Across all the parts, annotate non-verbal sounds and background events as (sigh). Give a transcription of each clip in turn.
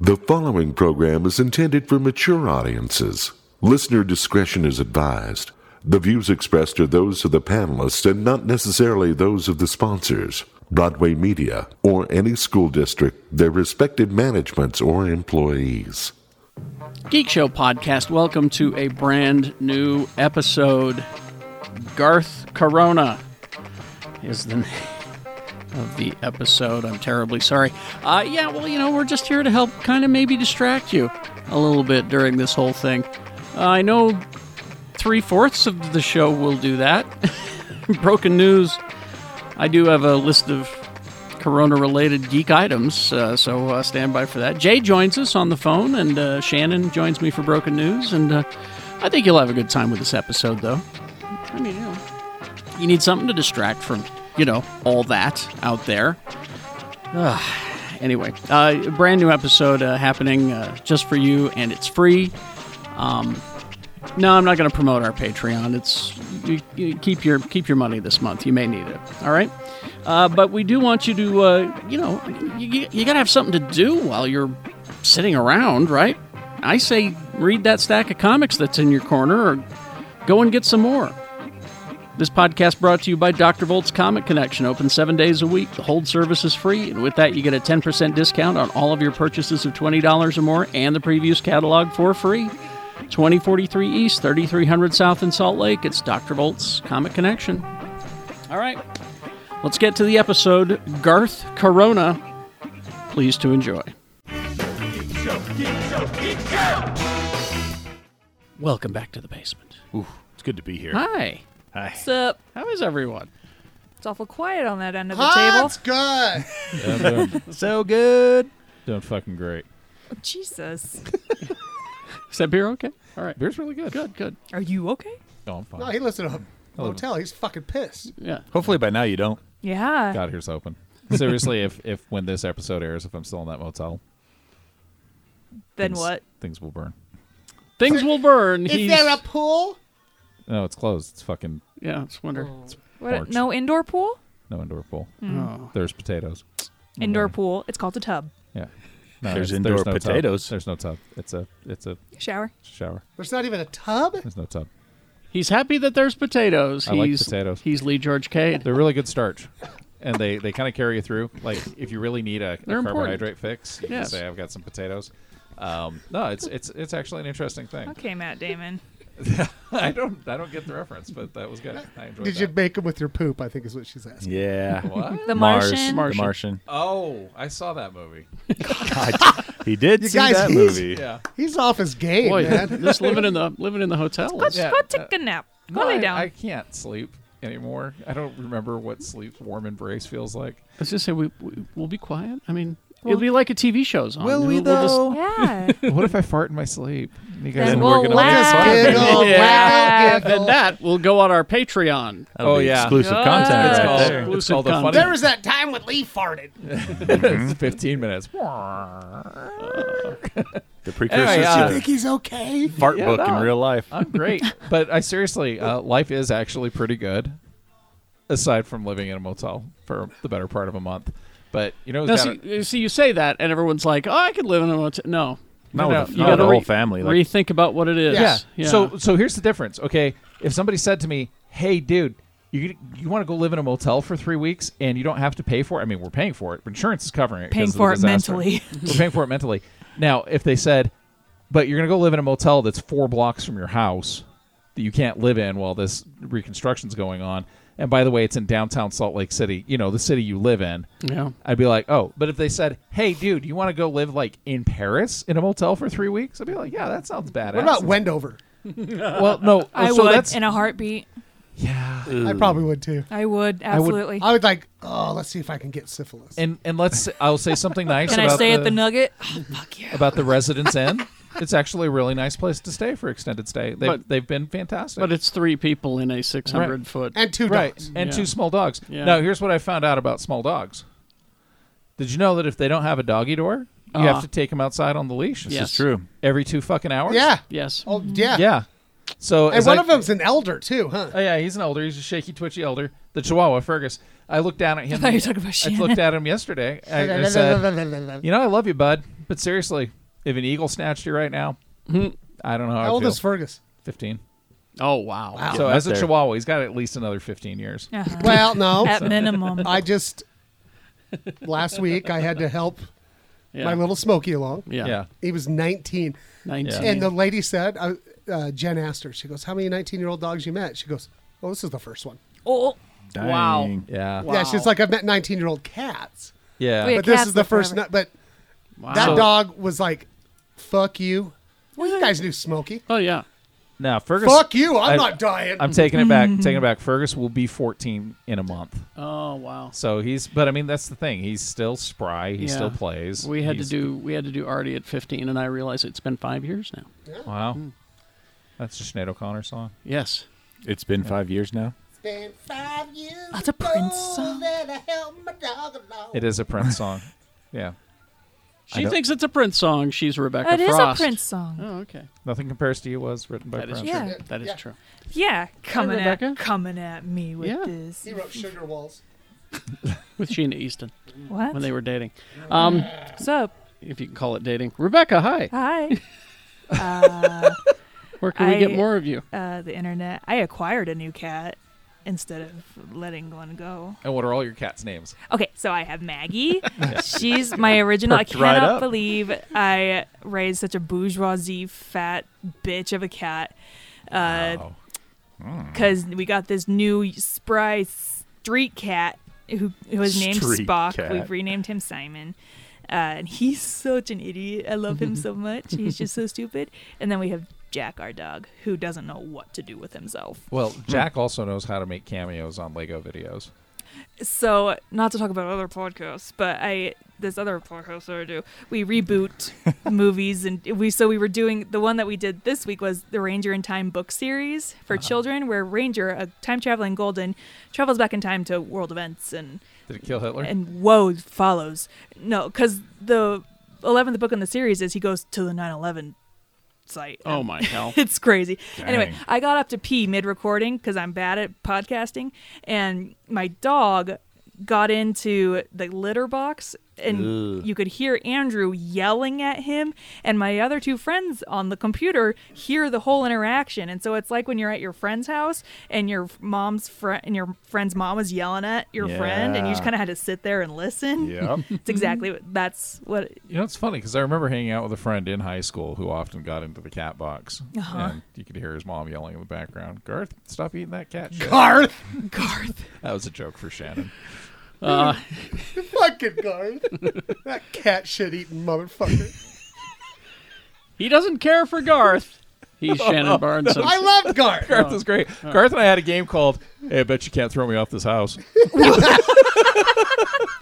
The following program is intended for mature audiences. Listener discretion is advised. The views expressed are those of the panelists and not necessarily those of the sponsors, Broadway Media, or any school district, their respective managements, or employees. Geek Show podcast. Welcome to a brand new episode. Garth Corona is the name of the episode. I'm terribly sorry. Uh, yeah, well, you know, we're just here to help kind of maybe distract you a little bit during this whole thing. Uh, I know three fourths of the show will do that. (laughs) Broken news. I do have a list of Corona related geek items, uh, so uh, stand by for that. Jay joins us on the phone, and uh, Shannon joins me for Broken News, and uh, I think you'll have a good time with this episode, though. I mean, you know, you need something to distract from, you know, all that out there. Ugh. Anyway, uh, brand new episode uh, happening uh, just for you, and it's free. Um, No, I'm not going to promote our Patreon. It's you, you keep your keep your money this month. You may need it. All right, uh, but we do want you to uh, you know you, you got to have something to do while you're sitting around, right? I say read that stack of comics that's in your corner, or go and get some more. This podcast brought to you by Dr. Volt's Comic Connection, open seven days a week. The hold service is free, and with that, you get a 10% discount on all of your purchases of $20 or more and the previous catalog for free. 2043 East, 3300 South in Salt Lake. It's Dr. Volt's Comic Connection. All right, let's get to the episode Garth Corona. Please to enjoy. Welcome back to the basement. Ooh, it's good to be here. Hi, Hi. What's up? how is everyone? It's awful quiet on that end of the Hot table. Scott. I'm doing, So good. doing fucking great. Jesus. Is that beer okay? All right, Beer's really good. good, good. Are you okay? No, Oh, I'm No, fine. Oh, he lives in a motel. He's fucking pissed. Yeah, Hopefully by now you don't. Yeah. God, here's hoping. Seriously, if if when this episode airs, if I'm still in that motel, Then things- what? Things will burn. things will burn. Is He's- there a pool? No, it's closed. It's fucking yeah, I just wonder. Mm. What? March. No indoor pool? no indoor pool. Oh. There's potatoes. Indoor pool. It's called a tub. Yeah. No, There's it's- indoor no tub. potatoes. There's no tub. It's a it's a Shower. shower. There's not even a tub. There's no tub. He's happy that there's potatoes. I like he's, potatoes. He's Lee George Cade. They're really good starch. And they, they kind of carry you through. Like if you really need a, a They're important. carbohydrate fix, you Yes. just say I've got some potatoes. Um, no, it's it's it's actually an interesting thing. Okay, Matt Damon. (laughs) I don't I don't get the reference, but that was good. I enjoyed Did that. you make them with your poop? I think is what she's asking. Yeah. What? The Mars. Martian. The Martian. Oh, I saw that movie. he did You see guys, (laughs) that he's- movie. Yeah. He's off his game, Boy, (laughs) man. just living in the living in the hotel. Let's is- Yeah, go take a nap. Go lay I- down. I, can't sleep anymore. I don't remember what sleep warm embrace feels like. I was just say we, we we'll be quiet. I mean, it'll be like a TV show's on. Will We'll- we we'll just- (laughs) though? yeah. what if I fart in my sleep? You guys then are we'll working on laugh. Just this. giggle, Yeah. laugh, and giggle. that will go on our Patreon. That'll Oh, be yeah. Exclusive Yeah. content It's right called- there. It's called the Exclusive funny. (laughs) There was that time when Lee farted. It's 15 minutes. The precursors Anyway, to uh, I think he's okay. the fart yeah, book no. in real life. I'm great, but I seriously, uh, life is actually pretty good, aside from living in a motel for the better part of a month. But you know, who's Now, got see, you see, you say that, and everyone's like, "Oh, I could live in a motel." No, Not no, with you the, not with gotta Oh, the whole re- family. Like, rethink about what it is. Yeah. Yeah. So so here's the difference. Okay, if somebody said to me, "Hey, dude, you you want to go live in a motel for three weeks and you don't have to pay for it? I mean, we're paying for it. but Insurance is covering it. Paying 'cause of for the it disaster. mentally. (laughs) we're paying for it mentally. Now, if they said, "But you're gonna go live in a motel that's four blocks from your house that you can't live in while this reconstruction's going on," and by the way, it's in downtown Salt Lake City, you know, the city you live in. yeah, I'd be like, oh, but if they said, "Hey, dude, you want to go live like in Paris in a motel for three weeks?" I'd be like, "Yeah, that sounds badass." What about Wendover? Well, no. (laughs) I so would that's in a heartbeat. yeah. I probably would too. I would would- absolutely. I would like. Oh, let's see if I can get syphilis. And and let's I'll say (laughs) something nice Can I about stay the, at the Nugget? Oh, fuck yeah. about the Residence Inn. It's actually a really nice place to stay for extended stay. They But- they've been fantastic. but it's three people in a six hundred foot. And two right dogs. and Yeah. two small dogs. Yeah. Now here's what I found out about small dogs. Did you know that if they don't have a doggy door, you Uh-huh. have to take them outside on the leash Yes. It's true. every two fucking hours? Yeah. Yes. Oh yeah. yeah. So And as one I- of them's an elder too, huh? Oh yeah, he's an elder. He's a shaky, twitchy elder. The Chihuahua, Fergus. I looked down at him. (laughs) I thought you were talking about I Shannon. (laughs) (laughs) looked at him yesterday. I, I said, "You know, I love you, bud." But seriously, if an eagle snatched you right now, Hmm. I don't know how, How I old feel. is Fergus? 15. Oh wow. Wow. so up as a there. chihuahua, he's got at least another 15 years. Uh-huh. Well, no. At minimum. I just last week I had to help Yeah. my little Smokey along. yeah. Yeah. He was 19, 19. and the lady said, uh, uh, Jen asked her, she goes, "How many 19-year-old dogs you met?" She goes, "Well, this is the first one." oh, Wow. Dang. Yeah. Wow. Yeah, she's like, "I've met 19-year-old cats, Yeah. Wait. but this cats is the live first." forever. ni- but wow. that So- dog was like, "Fuck you." Well, you guys knew Smokey. Oh yeah. Now, Fergus. Fuck you! I'm I- not dying. I'm taking it back. (laughs) taking it back. Fergus will be 14 in a month. Oh wow. So he's, but I mean, that's the thing. He's still spry. He Yeah. still plays. We had He's- to do we had to do Artie at 15, and I realize it's been five years now. Wow. Hmm. That's a Sinead O'Connor song. Yes. It's been five years now. Been five years that's a Prince song. that I held my dog alone. It is (laughs) a Prince song. Yeah. She don't- thinks it's a Prince song. She's Rebecca That is a Frost. Prince song. Oh okay. Nothing compares to you was written by That is Prince. true. Yeah. That is Yeah. true. Yeah, coming Rebecca. at coming at me with Yeah. this. He wrote Sugar Walls. (laughs) With Sheena Easton What? when they were dating, um, What's up? if you can call it dating. Rebecca, hi. (laughs) Hi. uh, Where can we get I- more of you? uh, the internet. I acquired a new cat instead of letting one go. And what are all your cats' names? Okay, so I have (laughs) Maggie. She's my original. Perked I right cannot up. believe I raised such a bourgeoisie fat bitch of a cat. Because Wow. Hmm. we got this new spry street cat who, who was named Street Spock. cat. We've renamed him Simon. Uh, and he's such an idiot. I love him (laughs) so much. He's just so stupid. And then we have Jack, our dog, who doesn't know what to do with himself. Well, Hmm. Jack also knows how to make cameos on Lego videos. So, not to talk about other podcasts, but I this other podcast that I do, we reboot movies and we so we were doing the one that we did this week was the Ranger in Time book series for children, where Ranger, a time traveling golden, travels back in time to world events and Did it kill Hitler? and woe follows. No, because the eleventh book in the series is he goes to the 9-11 site. Oh my (laughs) hell. It's crazy. Anyway, Dang. I got up to pee mid recording because I'm bad at podcasting, and my dog got into the litter box, and you could hear Andrew yelling at him, and my other two friends on the computer hear the whole interaction, and so it's like when you're at your friend's house and your mom's friend and your friend's mom is yelling at your friend, and you just Yeah. kind of had to sit there and listen. (laughs) Yep. It's exactly what that's what you know, it's funny because I remember hanging out with a friend in high school who often got into the cat box, Uh-huh. and you could hear his mom yelling in the background, "Garth, stop eating that cat (laughs) shit." Garth, Garth. That was a joke for Shannon. Uh, fucking Garth, that cat shit eating motherfucker. (laughs) He doesn't care for Garth. (laughs) He's Shannon Barnes. (laughs) I love (laughs) Garth. Garth was great. Uh-huh. Garth and I had a game called "Hey, I bet you can't throw me off this house." (laughs)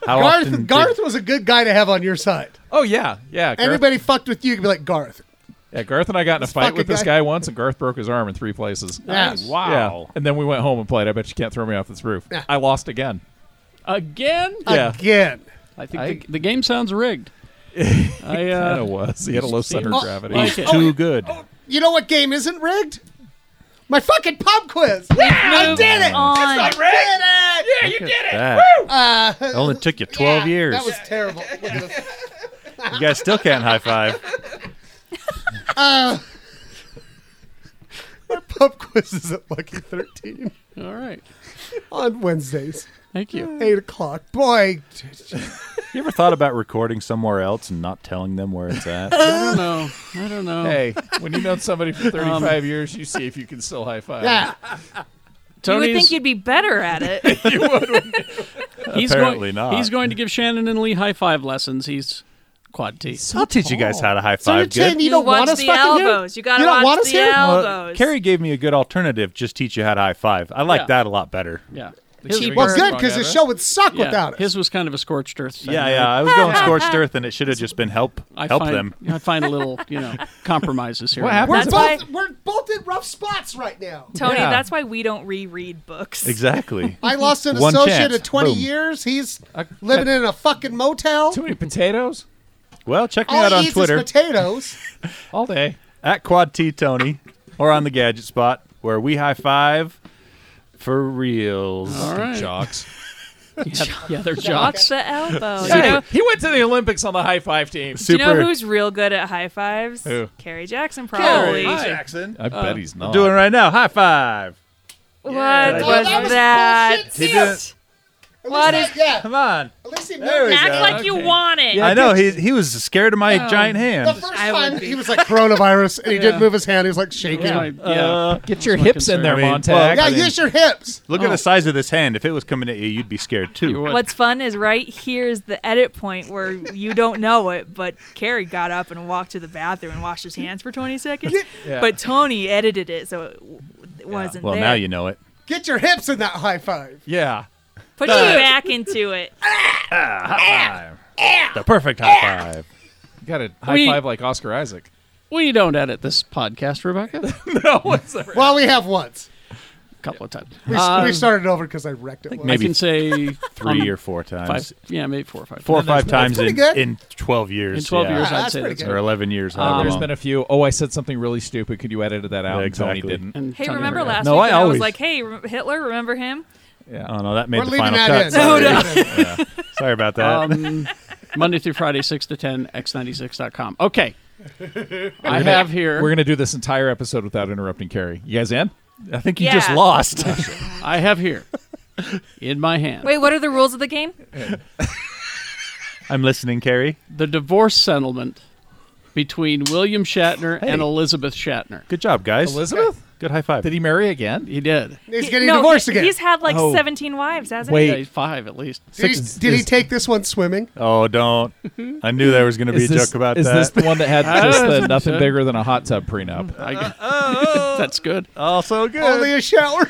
How Garth, often did- Garth was a good guy to have on your side. oh yeah, yeah. Garth, Anybody fucked with you, you could be like Garth. yeah, Garth and I got in a fight fucking with this guy- guy once, and Garth broke his arm in three places. Yes. Wow. Yeah. And then we went home and played. I bet you can't throw me off this roof. Yeah. I lost again. (laughs) Again? Yeah. Again. I think I- the, the game sounds rigged. (laughs) I Kind uh, of was. He had a low center Oh, of gravity. like it. Too good. You know what game isn't rigged? My fucking pub quiz. Yeah, I Move did it. on. I did it. you did it. Woo! it only took you 12 years. That was terrible. (laughs) Look at this. you guys still can't high five. Pub quiz is at Lucky 13 all right. on Wednesdays, Thank you. 8 o'clock. Boy, You ever thought about recording somewhere else and not telling them where it's at? I don't know. I don't know. (laughs) Hey, when you've known somebody Um, for 35 years, you see if you can still high five. yeah. Tony's, You would think you'd be better at it. he's Apparently going, not. He's going to give Shannon and Lee high five lessons. He's quad T. I'll teach you guys how to high So you're five. saying good. you don't watch want us the fucking here? elbows. You gotta don't watch want us the here? elbows. Well, Carrie gave me a good alternative. Just teach you how to high five. I like Yeah. that a lot better. Yeah. cheaper- Well, Burn good, because the show would suck yeah, without us. His was kind of a scorched earth. thing. Yeah, yeah. I was (laughs) going scorched earth, and it should have just been help. I help find, them. (laughs) I find a little, you know, compromises here. What happened? We're That's both, why- we're both in rough spots right now. Tony, Yeah. that's why we don't reread books. Exactly. I lost an One associate chance. of 20 Boom. years. He's I- living in a fucking motel. Too many potatoes Well, check me All out he on eats Twitter (laughs) is potatoes. all day. at Quad T Tony or on the Gadget Spot where we high five for reals. All right. (laughs) Jocks. Yeah, yeah they're Watch jocks. the elbow. Hey, You know, he went to the Olympics on the high five team. do you know Super- who's real good at high fives? Who? Carrie Jackson, probably. Hi. Jackson. I bet he's not. Doing it right now. High five. What Yeah. was Oh, that? that was bullshit. He did it. What is? Yeah, Come on. at least he There we knows. go. Act like you Okay. want it. I know he he was scared of my giant The hand. first I would time be. he was like coronavirus, (laughs) and he Yeah. didn't move his hand. He was like shaking. Yeah. Yeah, yeah. Get your my hips concern. in there, uh, I mean, Montag. well, I mean- use your hips. Look at the size of this hand. If it was coming at you, you'd be scared You too. would- What's fun is right here is the edit point where you don't know it, but Carrie got up and walked to the bathroom and washed his hands for 20 seconds. Yeah. But Tony edited it, so it w- it wasn't Well, there. now you know it. Get your hips in that high five. yeah. Put your back into it. High five. The perfect high five. You got a high We- five like Oscar Isaac. We don't edit this podcast, Rebecca. no, it's a- Well, we have once. A couple of times. We, we Um, started over because I wrecked it. once. I maybe can (laughs) say Three um, or four times. five. Yeah, maybe four or five. Four or five times pretty in, good. in 12 years. In 12 yeah. years, Yeah, I'd that's say pretty that's good. right. Or 11 years. Um, however Uh, There's long. been a few. Oh, I said something really stupid. Could you edit that out? Yeah, exactly. And Tony didn't. And Hey, Tony remember forgot. last No, week I when I was always- like, hey, rem- Hitler, remember him? Oh, no, that made We're the leaving final that cut. in. Sorry. We're leaving that in. Sorry about that. Um, (laughs) Monday through Friday, 6 to 10, x96.com. Okay. I have here. We're gonna do this entire episode without interrupting Carrie. You guys in? I think (laughs) you yeah. just lost. I have here in my hand Wait, what are the rules of the game? I'm listening, Carrie. the divorce settlement between William Shatner and Elizabeth Shatner. Good job, guys. Elizabeth? Good high five. Did he marry again? He did. He's getting no, divorced he- again. He's had like Oh. 17 wives, hasn't Wait. Yeah, he's five at least. did he, Six- did he is- take this one swimming? oh, don't. I knew there was going to be a Is this, joke about is that. this the one that (laughs) had just the Ah. nothing bigger than a hot tub prenup? I, oh. (laughs) that's good. also Oh, good. Only a shower.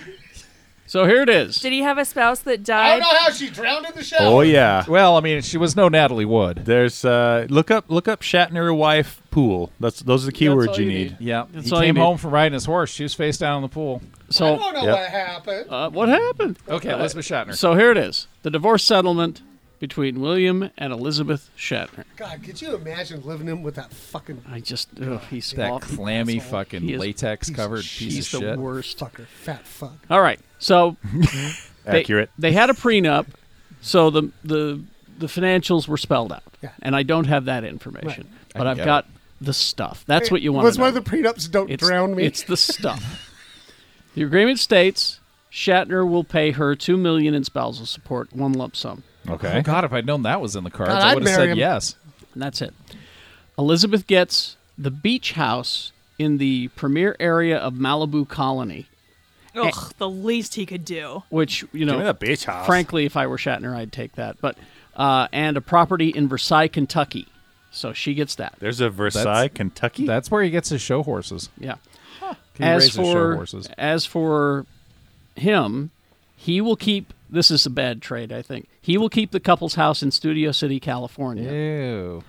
So here it is. Did he have a spouse that died? how she drowned in the shower. oh yeah. Well, I mean, she was no Natalie Wood. There's uh look up look up Shatner wife pool. That's those are the That's keywords all you you need. need. Yeah, That's he all you came need. home from riding his horse. She was face down in the pool. Uh, So know Yep. happened. uh, what happened? Uh, Okay, Elizabeth Shatner. So here it is. The divorce settlement between William and Elizabeth Shatner. God, could you imagine living in with that fucking (laughs) I just, ugh, he's that awful. clammy fucking He is- latex covered piece of He's the shit. worst. fucker, fat fuck? All right. So they- Accurate. They, had a prenup, so the the the financials were spelled out, Yeah. and I don't have that information, but I I've get got the stuff. That's what you want. Was to one of know. the prenups? Don't it's, drown me. It's the stuff. the agreement states Shatner will pay her two million in spousal support, one lump sum, Oh, Okay. God, if I'd known that was in the cards, God, I I'd would have marry said him. yes. and that's it. Elizabeth gets the beach house in the premier area of Malibu Colony, Ugh, the least he could do. which you know Give me that beach house. frankly, if I were Shatner, I'd take that. But uh, and a property in Versailles, Kentucky, so she gets that. There's a Versailles, Kentucky. That's where he gets his show horses. Yeah. He as raises for show horses. as for him, he will keep. This is a bad trade, I think. He will keep the couple's house in Studio City, California, Ew.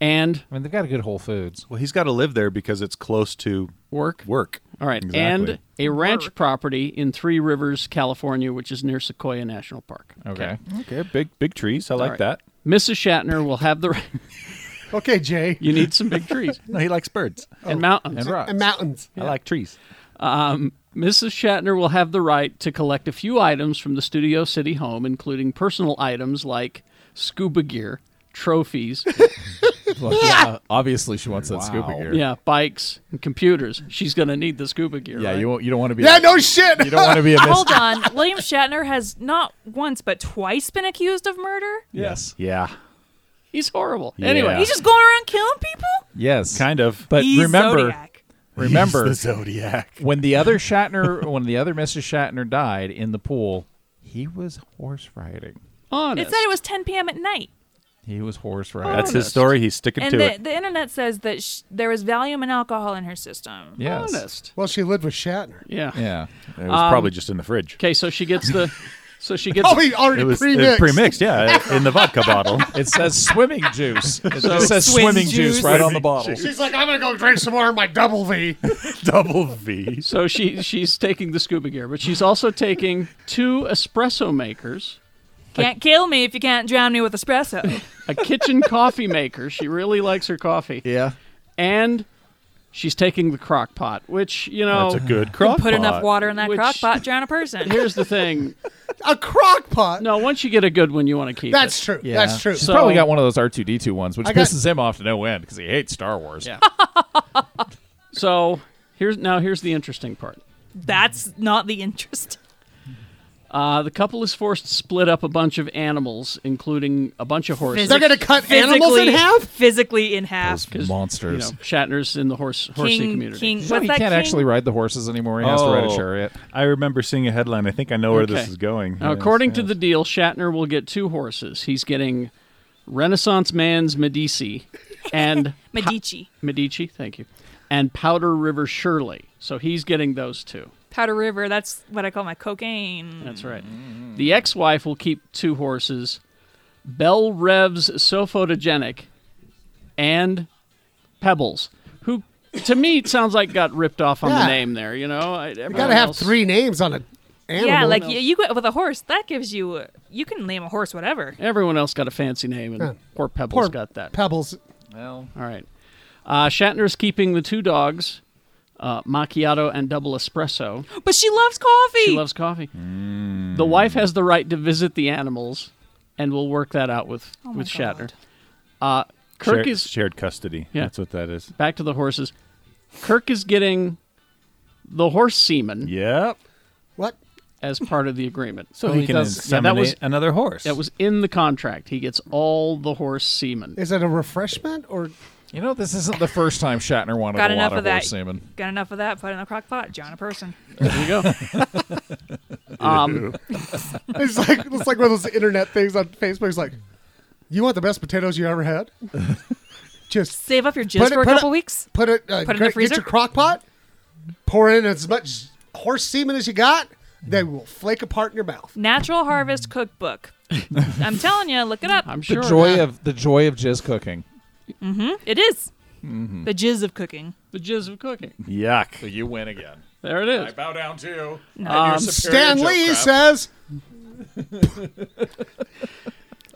and I mean, they've got a good Whole Foods. well, he's got to live there because it's close to work. work. All right, Exactly. and a ranch property in Three Rivers, California, which is near Sequoia National Park. Okay. Okay, big big trees. I All like right. that. Mrs. Shatner will have the. ri- (laughs) (laughs) okay, Jay. You need some big (laughs) trees No, he likes birds. and mountains. Oh, And rocks. And mountains. I like trees. Mrs. Shatner will have the right to collect a few items from the Studio City home, including personal items like scuba gear, trophies, Well, yeah, obviously, she wants that scuba gear. yeah, bikes, and computers. She's going to need the scuba gear. Yeah, right? you, won't- you don't want to be. Yeah, a- no shit. You don't want to be a miss. Hold on. (laughs) William Shatner has not once but twice been accused of murder. yes. Yeah. He's horrible. Yeah. Anyway, He's just going around killing people? Yes. Kind of. But He's remember, Zodiac. remember, the zodiac. when the other Shatner, when the other Mrs. Shatner died in the pool, he was horse riding. honest. It said it was 10 p.m. at night. He was horse riding. That's his story. He's sticking And to the, it. the internet says that sh- there was Valium and alcohol in her system. Yes. honest. (laughs) Well, she lived with Shatner. Yeah. Yeah. It was probably just in the fridge. Okay, so she gets the. So she gets. Oh, he already It was uh, pre-mixed. pre-mixed, yeah, in the vodka (laughs) bottle. It says swimming juice. It just says Swim swimming juice, juice. right on the bottle. She's like, I'm gonna go drink some more of my double V. (laughs) Double V. so she she's taking the scuba gear, but she's also taking two espresso makers, Can't kill me if you can't drown me with espresso. a kitchen coffee maker. She really likes her coffee. Yeah. and She's taking the crock pot, which, you know, That's a good crock Put enough pot. water in that Which- crock pot, drown a (sighs) person. here's the thing. A crock pot. No, once you get a good one, you want to keep That's it. true. Yeah. That's true. She's So- probably got one of those R two D two ones, which I got- pisses him off to no end because he hates Star Wars. Yeah. So here's now here's the interesting part. That's not the interest. Uh, the couple is forced to split up a bunch of animals, including a bunch of horses. They're gonna cut (laughs) animals in Physically- half. Physically in half. Those you monsters. know, Shatner's in the horse horsey King, community. King, You what's know he that can't king? actually ride the horses anymore. He has to ride a Oh. chariot. I remember seeing a headline. I think I know where this Okay. is going. Now, Yes, according to yes. the deal, Shatner will get two horses. He's getting Renaissance Man's Medici and (laughs) Medici. Medici, thank you, and Powder River Shirley. So he's getting those two. Powder River, that's what I call my cocaine. That's right. The ex-wife will keep two horses. Bell Rev's so photogenic, and Pebbles, who to me it sounds like got ripped off on the Yeah. name there. You know, I, You gotta have three names on an animal. Yeah, like no. you, you go with a horse, that gives you you can name a horse whatever. Everyone else got a fancy name, and Yeah. poor Pebbles Poor got that. Pebbles. All right. Uh, Shatner's keeping the two dogs, uh, Macchiato and Double Espresso. But she loves coffee. She loves coffee. The wife has the right to visit the animals, and we'll work that out with, Oh my with Shatner. God. Uh, Kirk shared, is shared custody. Yeah. That's what that is. back to the horses. Kirk is getting the horse semen Yep. What? as part of the agreement. So Well, Oh, he, he can does- yeah, inseminate that was- another horse. That was in the contract. He gets all the horse semen. Is it a refreshment or (laughs) You know, this isn't the first time Shatner wanted Got a lot enough of of that. horse semen. Got enough of that, put it in a crock pot, John a person. There (laughs) you go. um, it's like it's like one of those internet things on Facebook. It's like, you want the best potatoes you ever had? Just Save up your jizz it- for a put it- couple weeks. put it. Uh, Put it in the get- freezer? Get your crock pot. Pour in as much horse semen as you got. They will flake apart in your mouth. Natural Harvest Cookbook. I'm telling you, look it up. I'm The sure. joy of the joy of jizz cooking. It is. The jizz of cooking. the jizz of cooking. Yuck. You win again. There it is. bow down to you. Stan Lee says,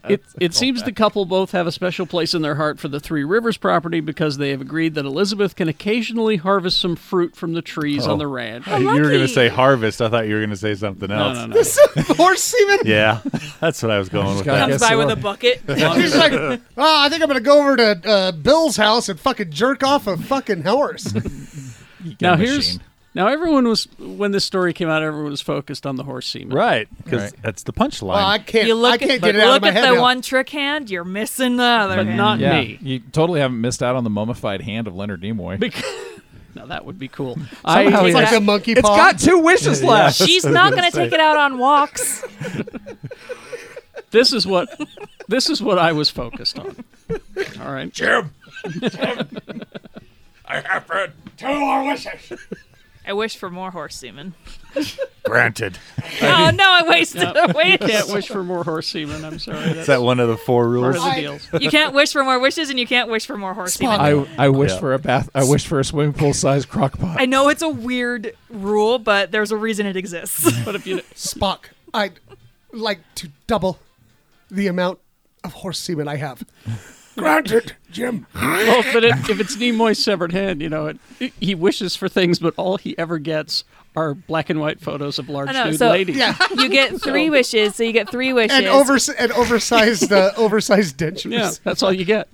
It, it seems the couple both have a special place in their heart for the Three Rivers property because they have agreed that Elizabeth can occasionally harvest some fruit from the trees Oh. on the ranch. you were lucky. going to say harvest. I thought you were going to say something No, else. no, no. "This is (laughs) horse semen." Yeah, (laughs) that's what I was going with. gotta That. Comes guess by so. with a bucket. He's like, oh, I think I'm gonna go over to uh, Bill's house and fucking jerk off a fucking horse. Now machine. here's now everyone was when this story came out, everyone was focused on the horse semen. Right, because Right. that's the punchline. Well, Ah, I can't. You look I can't at, get but it out look of my at head. the now. one trick hand, you're missing the other But hand. (laughs) not Yeah, me. (laughs) you totally haven't missed out on the mummified hand of Leonard Nimoy. Now that would be cool. Somehow I It's he like has- a monkey it's paw. got two wishes (laughs) left. She's not going to take it out on walks. this is what this is what I was focused on. All right. Jim! I have read two more wishes. I wish for more horse semen. Granted. (laughs) Oh (laughs) no, I wasted. I wasted. Can't wish for more horse semen. I'm sorry. That's is that one of the four part rules? of the deals. You can't wish for more wishes, and you can't wish for more horse semen. I, I wish Yeah. for a bath. I wish for a swimming pool sized crock pot. I know it's a weird rule, but there's a reason it exists. But if you Spock, I'd like to double the amount of horse semen I have. Granted, Jim. well, but if, if it's Nimoy's severed hand, you know, it, he wishes for things, but all he ever gets are black and white photos of large I know, nude (laughs) so- ladies. Yeah. you get three wishes, so you get three wishes. and over and (laughs) oversized uh, oversized dentures. Yeah, that's all you get.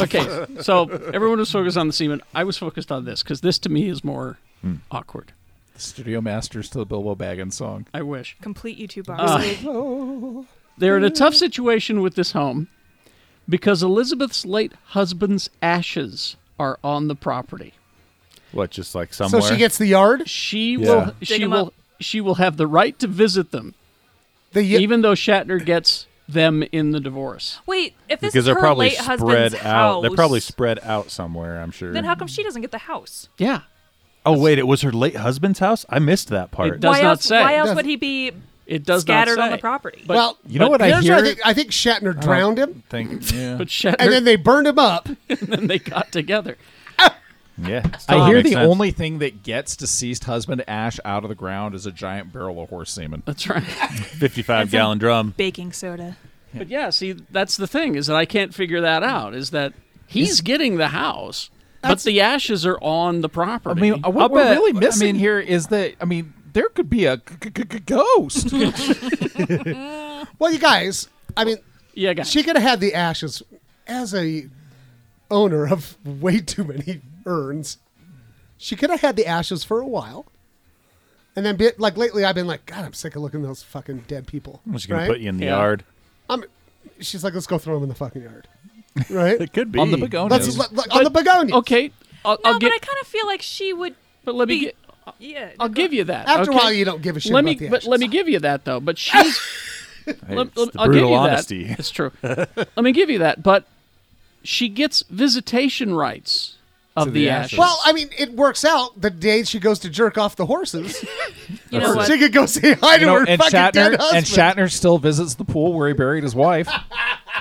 okay, so everyone was focused on the semen. I was focused on this because this to me is more Hmm. awkward. Studio Masters to the Bilbo Baggins song. I wish. complete YouTube box. They're in a tough Mm. situation with this home because Elizabeth's late husband's ashes are on the property. What, just like So somewhere? she gets the yard. She Yeah. will she 'em will up. she will have the right to visit them The y- even though Shatner gets them in the divorce. Wait, if this because is they're her probably late husband's spread out. They're house, probably spread out somewhere. I'm sure. then how come she doesn't get the house? Yeah. oh wait, it was her late husband's house. I missed that part. It does why not else? say. Why else Does- would he be It does scattered not say. on the property? But, well, You know what I here's hear? what I think, I think Shatner drowned him, (laughs) Think, yeah. but Shatner and (laughs) then they burned him up. they got together. yeah. I still hear makes the sense. only thing that gets deceased husband ash out of the ground is a giant barrel of horse semen. That's right. (laughs) 55 gallon drum. Baking soda. But yeah, see, that's the thing is that I can't figure that out. Is that he's getting the house, but the ashes are on the I property. mean, what I'll we're bet- really I missing mean- here is that I mean, there could be a g- g- g- ghost. Well, you guys, I mean, yeah, guys. she could have had the ashes as a owner of way too many urns. She could have had the ashes for a while. And then, be, like lately, I've been like, God, I'm sick of looking at those fucking dead people. I'm just gonna right? put you in the Yeah. yard. I'm, she's like, let's go throw them in the fucking yard, right? (laughs) It could be On the begonia. let's is. let, let- on the begonia. (laughs) okay, I'll, No, I'll get. but I kind of feel like she would. but let me be- get. Yeah, I'll give you that. After a okay? while, you don't give a shit Let about me, the but let me ashes. give you that though. But (laughs) she's. Hey, let, it's let- the I'll give brutal you honesty. (laughs) that. It's true. let me give you that. But she gets visitation rights of To the, the ashes. ashes. Well, I mean, it works out the day she goes to jerk off the (laughs) horses. You know or what? she could go say hi to You know, her and fucking Shatner dead husband. and Shatner still visits the pool where he buried his wife.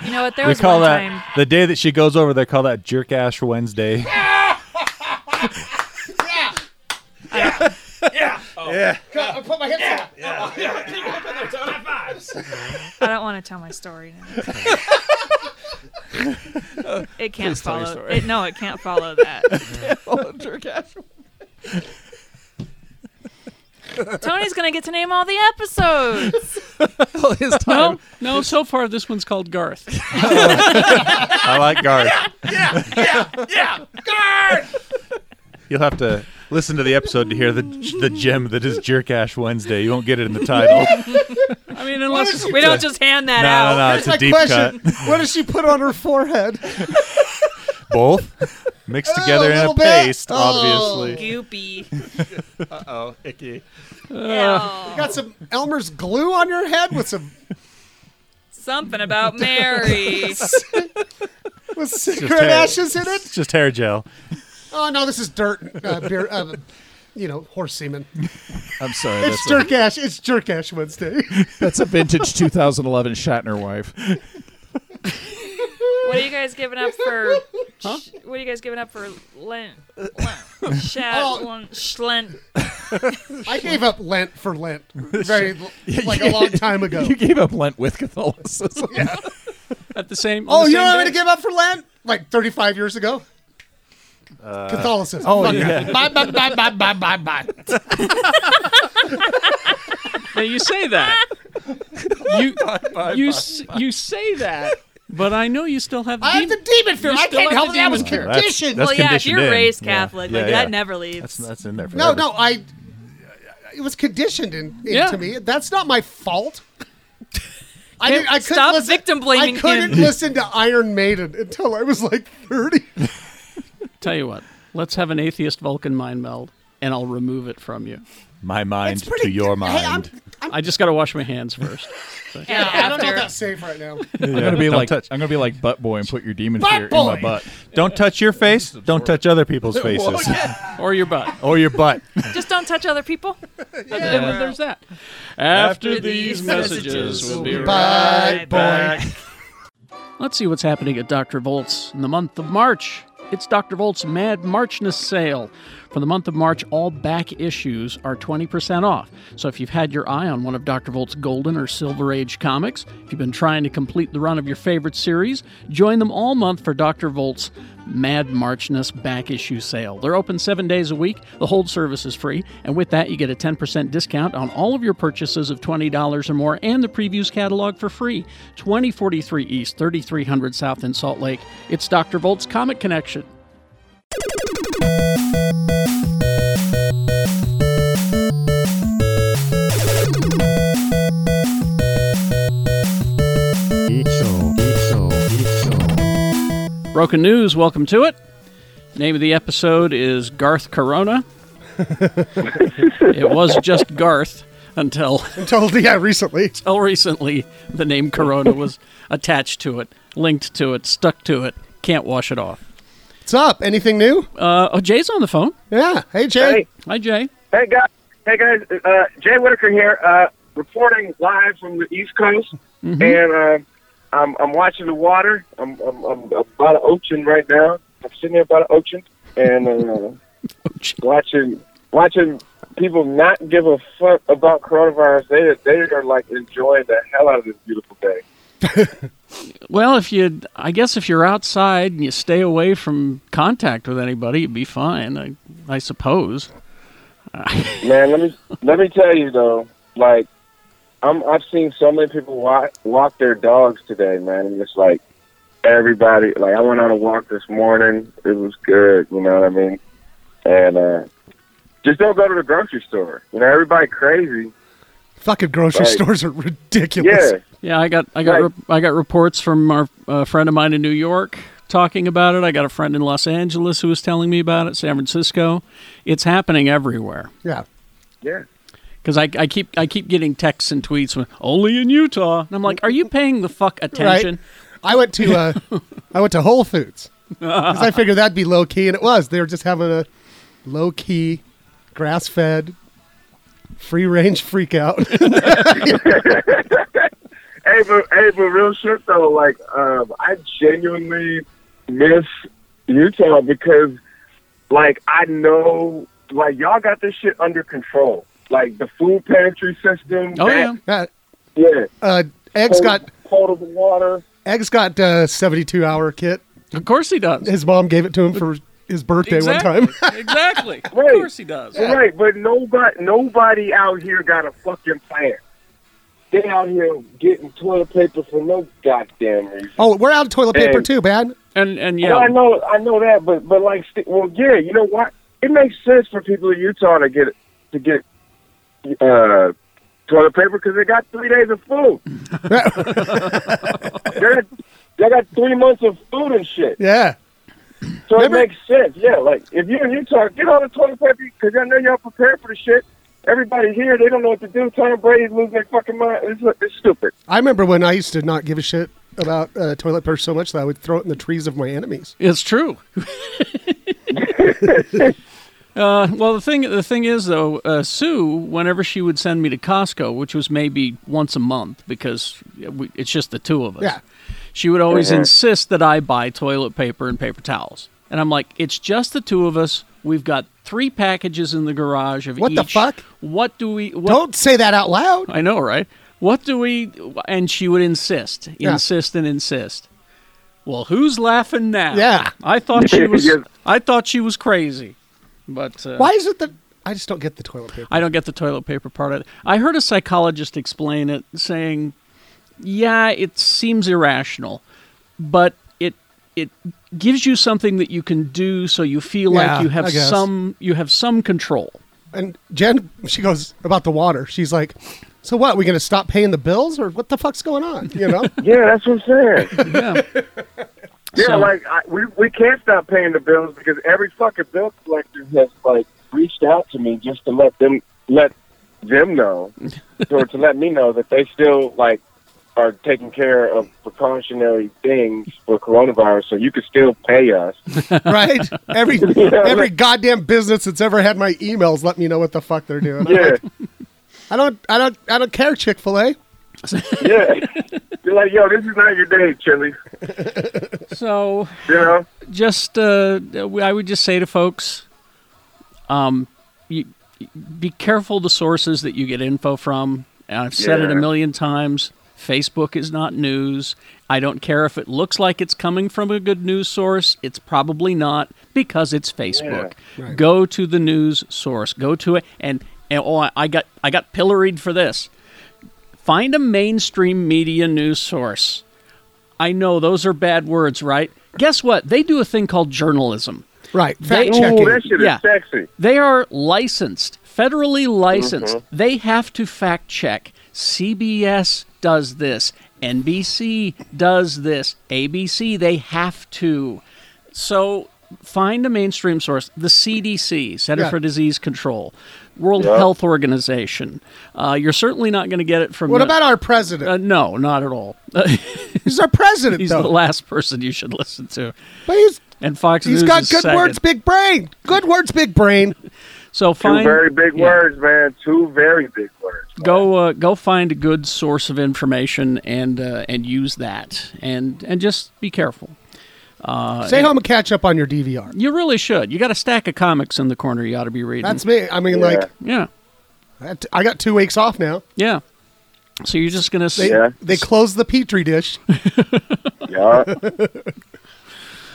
You know what? There We was call one that time. the day that she goes over. They call that Jerk (laughs) Ash Wednesday. God, I put my hips out. I don't want to tell my story (laughs) now. it can't tell your follow. story. It, no, it can't follow (laughs) that. (laughs) Tony's gonna get to name all the episodes. (laughs) All (laughs) his time. no, no. So far, this one's called Garth. I like Garth. yeah, yeah, yeah, Garth. (laughs) You'll have to listen to the episode to hear the the gem that is Jerk Ash Wednesday. You won't get it in (laughs) the title. I mean, unless we don't just hand that no, out. no, no. That's It's a my deep question. (laughs) cut. What does she put on her forehead? Both mixed Oh, together a in a little bit. paste, Oh. obviously. (laughs) Goopy. Oh, icky. Ew. Got some Elmer's glue on your head with some Something about (laughs) Mary. with hair. cigarette ashes in it. It's just hair gel. Oh no, this is dirt. Uh, beer, uh, you know, horse semen. I'm sorry. That's It's a, jerk ash. It's jerk ash (laughs) Wednesday. that's a vintage 2011 Shatner wife. What are you guys giving up for? sh- What are you guys giving up for (laughs) Lent? Lent. Shat, Oh. Lent, Schlent. I gave up Lent for (laughs) Lent very like a long time ago. You gave up Lent with Catholicism. at the same. on Oh, the you same know what I'm day. gonna give up for Lent? Like 35 years ago. Uh, Catholicism. Oh yeah. Bye bye bye bye bye bye bye. Now you say (laughs) that. you you s you say that, but I know you still have. The I have the demon- demon fear. You I still can't have help the it. That was demon fear. That's- conditioned. that's Well, yeah, if you're conditioned in. raised Yeah, Catholic, yeah, like yeah. that never leaves. That's that's in there. No, Forever. no, I. It was conditioned in, into Yeah. me. That's not my fault. I, didn't, I couldn't Stop listen, victim blaming I couldn't him. listen to Iron Maiden until I was like thirty. Tell you what, let's have an atheist Vulcan mind meld, and I'll remove it from you. My mind It's pretty to your good. Hey, I'm- mind. I just got to wash my hands first. And I don't know after- if that's safe right now. I'm gonna be Don't like touch. I'm gonna be like butt boy and put your demon Butt fear in boy! my butt. Don't touch your face. Don't touch (laughs) other people's faces or your (laughs) butt. (laughs) or your butt. Just don't touch other people. There- There's that. After these these messages, messages, we'll be right. Bye, boy. Let's see what's happening at Dr. Volt's in the month of March. It's Dr. Volt's Mad Marchness sale. For the month of March, all back issues are 20% off. So if you've had your eye on one of Dr. Volt's Golden or Silver Age comics, if you've been trying to complete the run of your favorite series, join them all month for Dr. Volt's Mad Marchness back issue sale. They're open seven days a week. The hold service is free. And with that, you get a 10% discount on all of your purchases of $20 or more and the previews catalog for free. 2043 East, 3300 South in Salt Lake. It's Dr. Volt's Comic Connection. Broken News, welcome to it. Name of the episode is Garth Corona. (laughs) it was just Garth until Until yeah, recently. until recently the name Corona was attached to it, linked to it, stuck to it. Can't wash it off. What's up? Anything new? Uh, oh, Jay's on the phone. Yeah. Hey, Jay. Hey, Hi, Jay. hey guys, hey guys, uh, Jay Whitaker here, uh, reporting live from the East Coast, and uh, I'm, I'm watching the water. I'm, I'm, I'm about an ocean right now. I'm sitting here by the ocean and uh, watching watching people not give a fuck about coronavirus. They they are like enjoying the hell out of this beautiful day. Well, if you, I guess if you're outside and you stay away from contact with anybody, you'd be fine. I, I suppose. Man, let me let me tell you though, like I'm I've seen so many people walk walk their dogs today, man, and it's like everybody like I went on a walk this morning. It was good, you know what I mean? And uh just don't go to the grocery store. You know, everybody crazy. Fucking grocery Right. stores are ridiculous. Yeah. Yeah, I got, I got, Right. rep- I got reports from our uh, friend of mine in New York talking about it. I got a friend in Los Angeles who was telling me about it. San Francisco, it's happening everywhere. Yeah. Yeah. Because I, I keep, I keep getting texts and tweets with only in Utah, and I'm like, are you paying the fuck attention? I went (laughs) to uh, I went to Whole Foods because I figured that'd be low key, and it was. They were just having a low key, grass fed, free range freak out. (laughs) Hey, but hey, but real shit though. Like, um, I genuinely miss Utah because, like, I know, like, y'all got this shit under control. Like the food pantry system. Oh yeah, that- uh, yeah. uh, eggs Port- got potable water. eggs got uh, seventy two hour kit. of course he (laughs) does. His mom gave it to him for his birthday exactly. one time. (laughs) (laughs) (laughs) exactly. Of Right. course he does. Right, but nobody, nobody out here got a fucking plan. They out here getting toilet paper for no goddamn reason. oh, we're out of toilet paper Hey. too, man. And and Well, yeah, I know, I know that, but but like, st- well, yeah, you know what? It makes sense for people in Utah to get to get uh, toilet paper because they got three days of food. They're- they got three months of food and shit, Yeah. so Remember- it makes sense. Yeah, like if you're in Utah, get all the toilet paper because I know y'all prepared for the shit. Everybody here, they don't know what to do. Tom Brady's losing their fucking mind. It's, it's stupid. I remember when I used to not give a shit about uh, toilet paper so much that I would throw it in the trees of my enemies. It's true. (laughs) uh, well, the thing the thing is though, uh, Sue, whenever she would send me to Costco, which was maybe once a month because we, it's just the two of us, Yeah. she would always Mm-hmm. insist that I buy toilet paper and paper towels, and I'm like, it's just the two of us. We've got three packages in the garage of What each. the fuck? What do we? What, Don't say that out loud. I know, right? What do we? And she would insist, Yeah. insist, and insist. Well, who's laughing now? Yeah. I thought (laughs) she was. Yes. I thought she was crazy, but uh, Why is it that I just don't get the toilet paper? I don't get the toilet paper part of it. I heard a psychologist explain it, saying, "Yeah, it seems irrational, but it it gives you something that you can do, so you feel Yeah, like you have I guess. some you have some control." And Jen, she goes about the water. She's like, "So what? we gonna stop paying the bills, or what the fuck's going on?" You (laughs) know? Yeah, that's what I'm saying. Yeah. Yeah, So- like I, we we can't stop paying the bills because every fucking bill collector has like reached out to me just to let them let (laughs) them know, or to let me know that they still like are taking care of precautionary things for coronavirus, so you could still (laughs) pay us. right? Every every goddamn business that's ever had my emails let me know what the fuck they're (laughs) doing. I'm Yeah, like, I don't, I don't, I don't care, Chick Fil A. yeah. They're like, yo, this is not your day, Chili. so You know, just uh, I would just say to folks, um, you, be careful the sources that you get info from. And I've said it a Yeah. million times. Facebook is not news. I don't care if it looks like it's coming from a good news source. It's probably not because it's Facebook. Go to the news source. Go to it, and, and oh, I- I got I got pilloried for this. Find a mainstream media news source. I know those are bad words, right? Guess what? They do a thing called journalism. Right? They- Fact ooh, checking. that shit Yeah. is sexy. They are licensed, federally licensed. They have to fact check. CBS does this, NBC does this, ABC, they have to. So find a mainstream source the CDC, Center Yeah. for Disease Control, World Health Organization. Uh, you're certainly not going to get it from. What the- about our Uh, president? no, not at all. (laughs) He's our president, He's though. the last person you should listen to. but he's And Fox he's News got is good second. words, big brain. Good words, big brain. So Two find very big yeah. words, man. Two very big words. Go uh, go find a good source of information and uh, and use that and and just be careful. Uh, Stay home and catch up on your DVR. You really should. You got a stack of comics in the corner. You ought to be reading. That's me. I mean, Yeah. like, yeah, I t- I got two weeks off now. yeah. So you're just gonna They, say, Yeah. they closed the (laughs) petri dish. Yeah.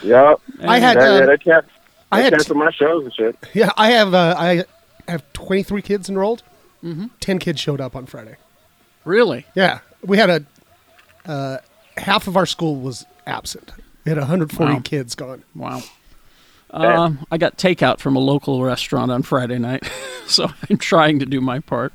yeah. I had yeah, yeah, uh, they can't. I They had cancel my shows and shit. yeah, I have uh, I have 23 kids enrolled. Mm-hmm. Ten kids showed up on Friday. really? Yeah, we had a uh, half of our school was absent. We had 140 Wow. kids gone. Wow. Um, I got takeout from a local restaurant on Friday night, (laughs) so I'm trying to do my part.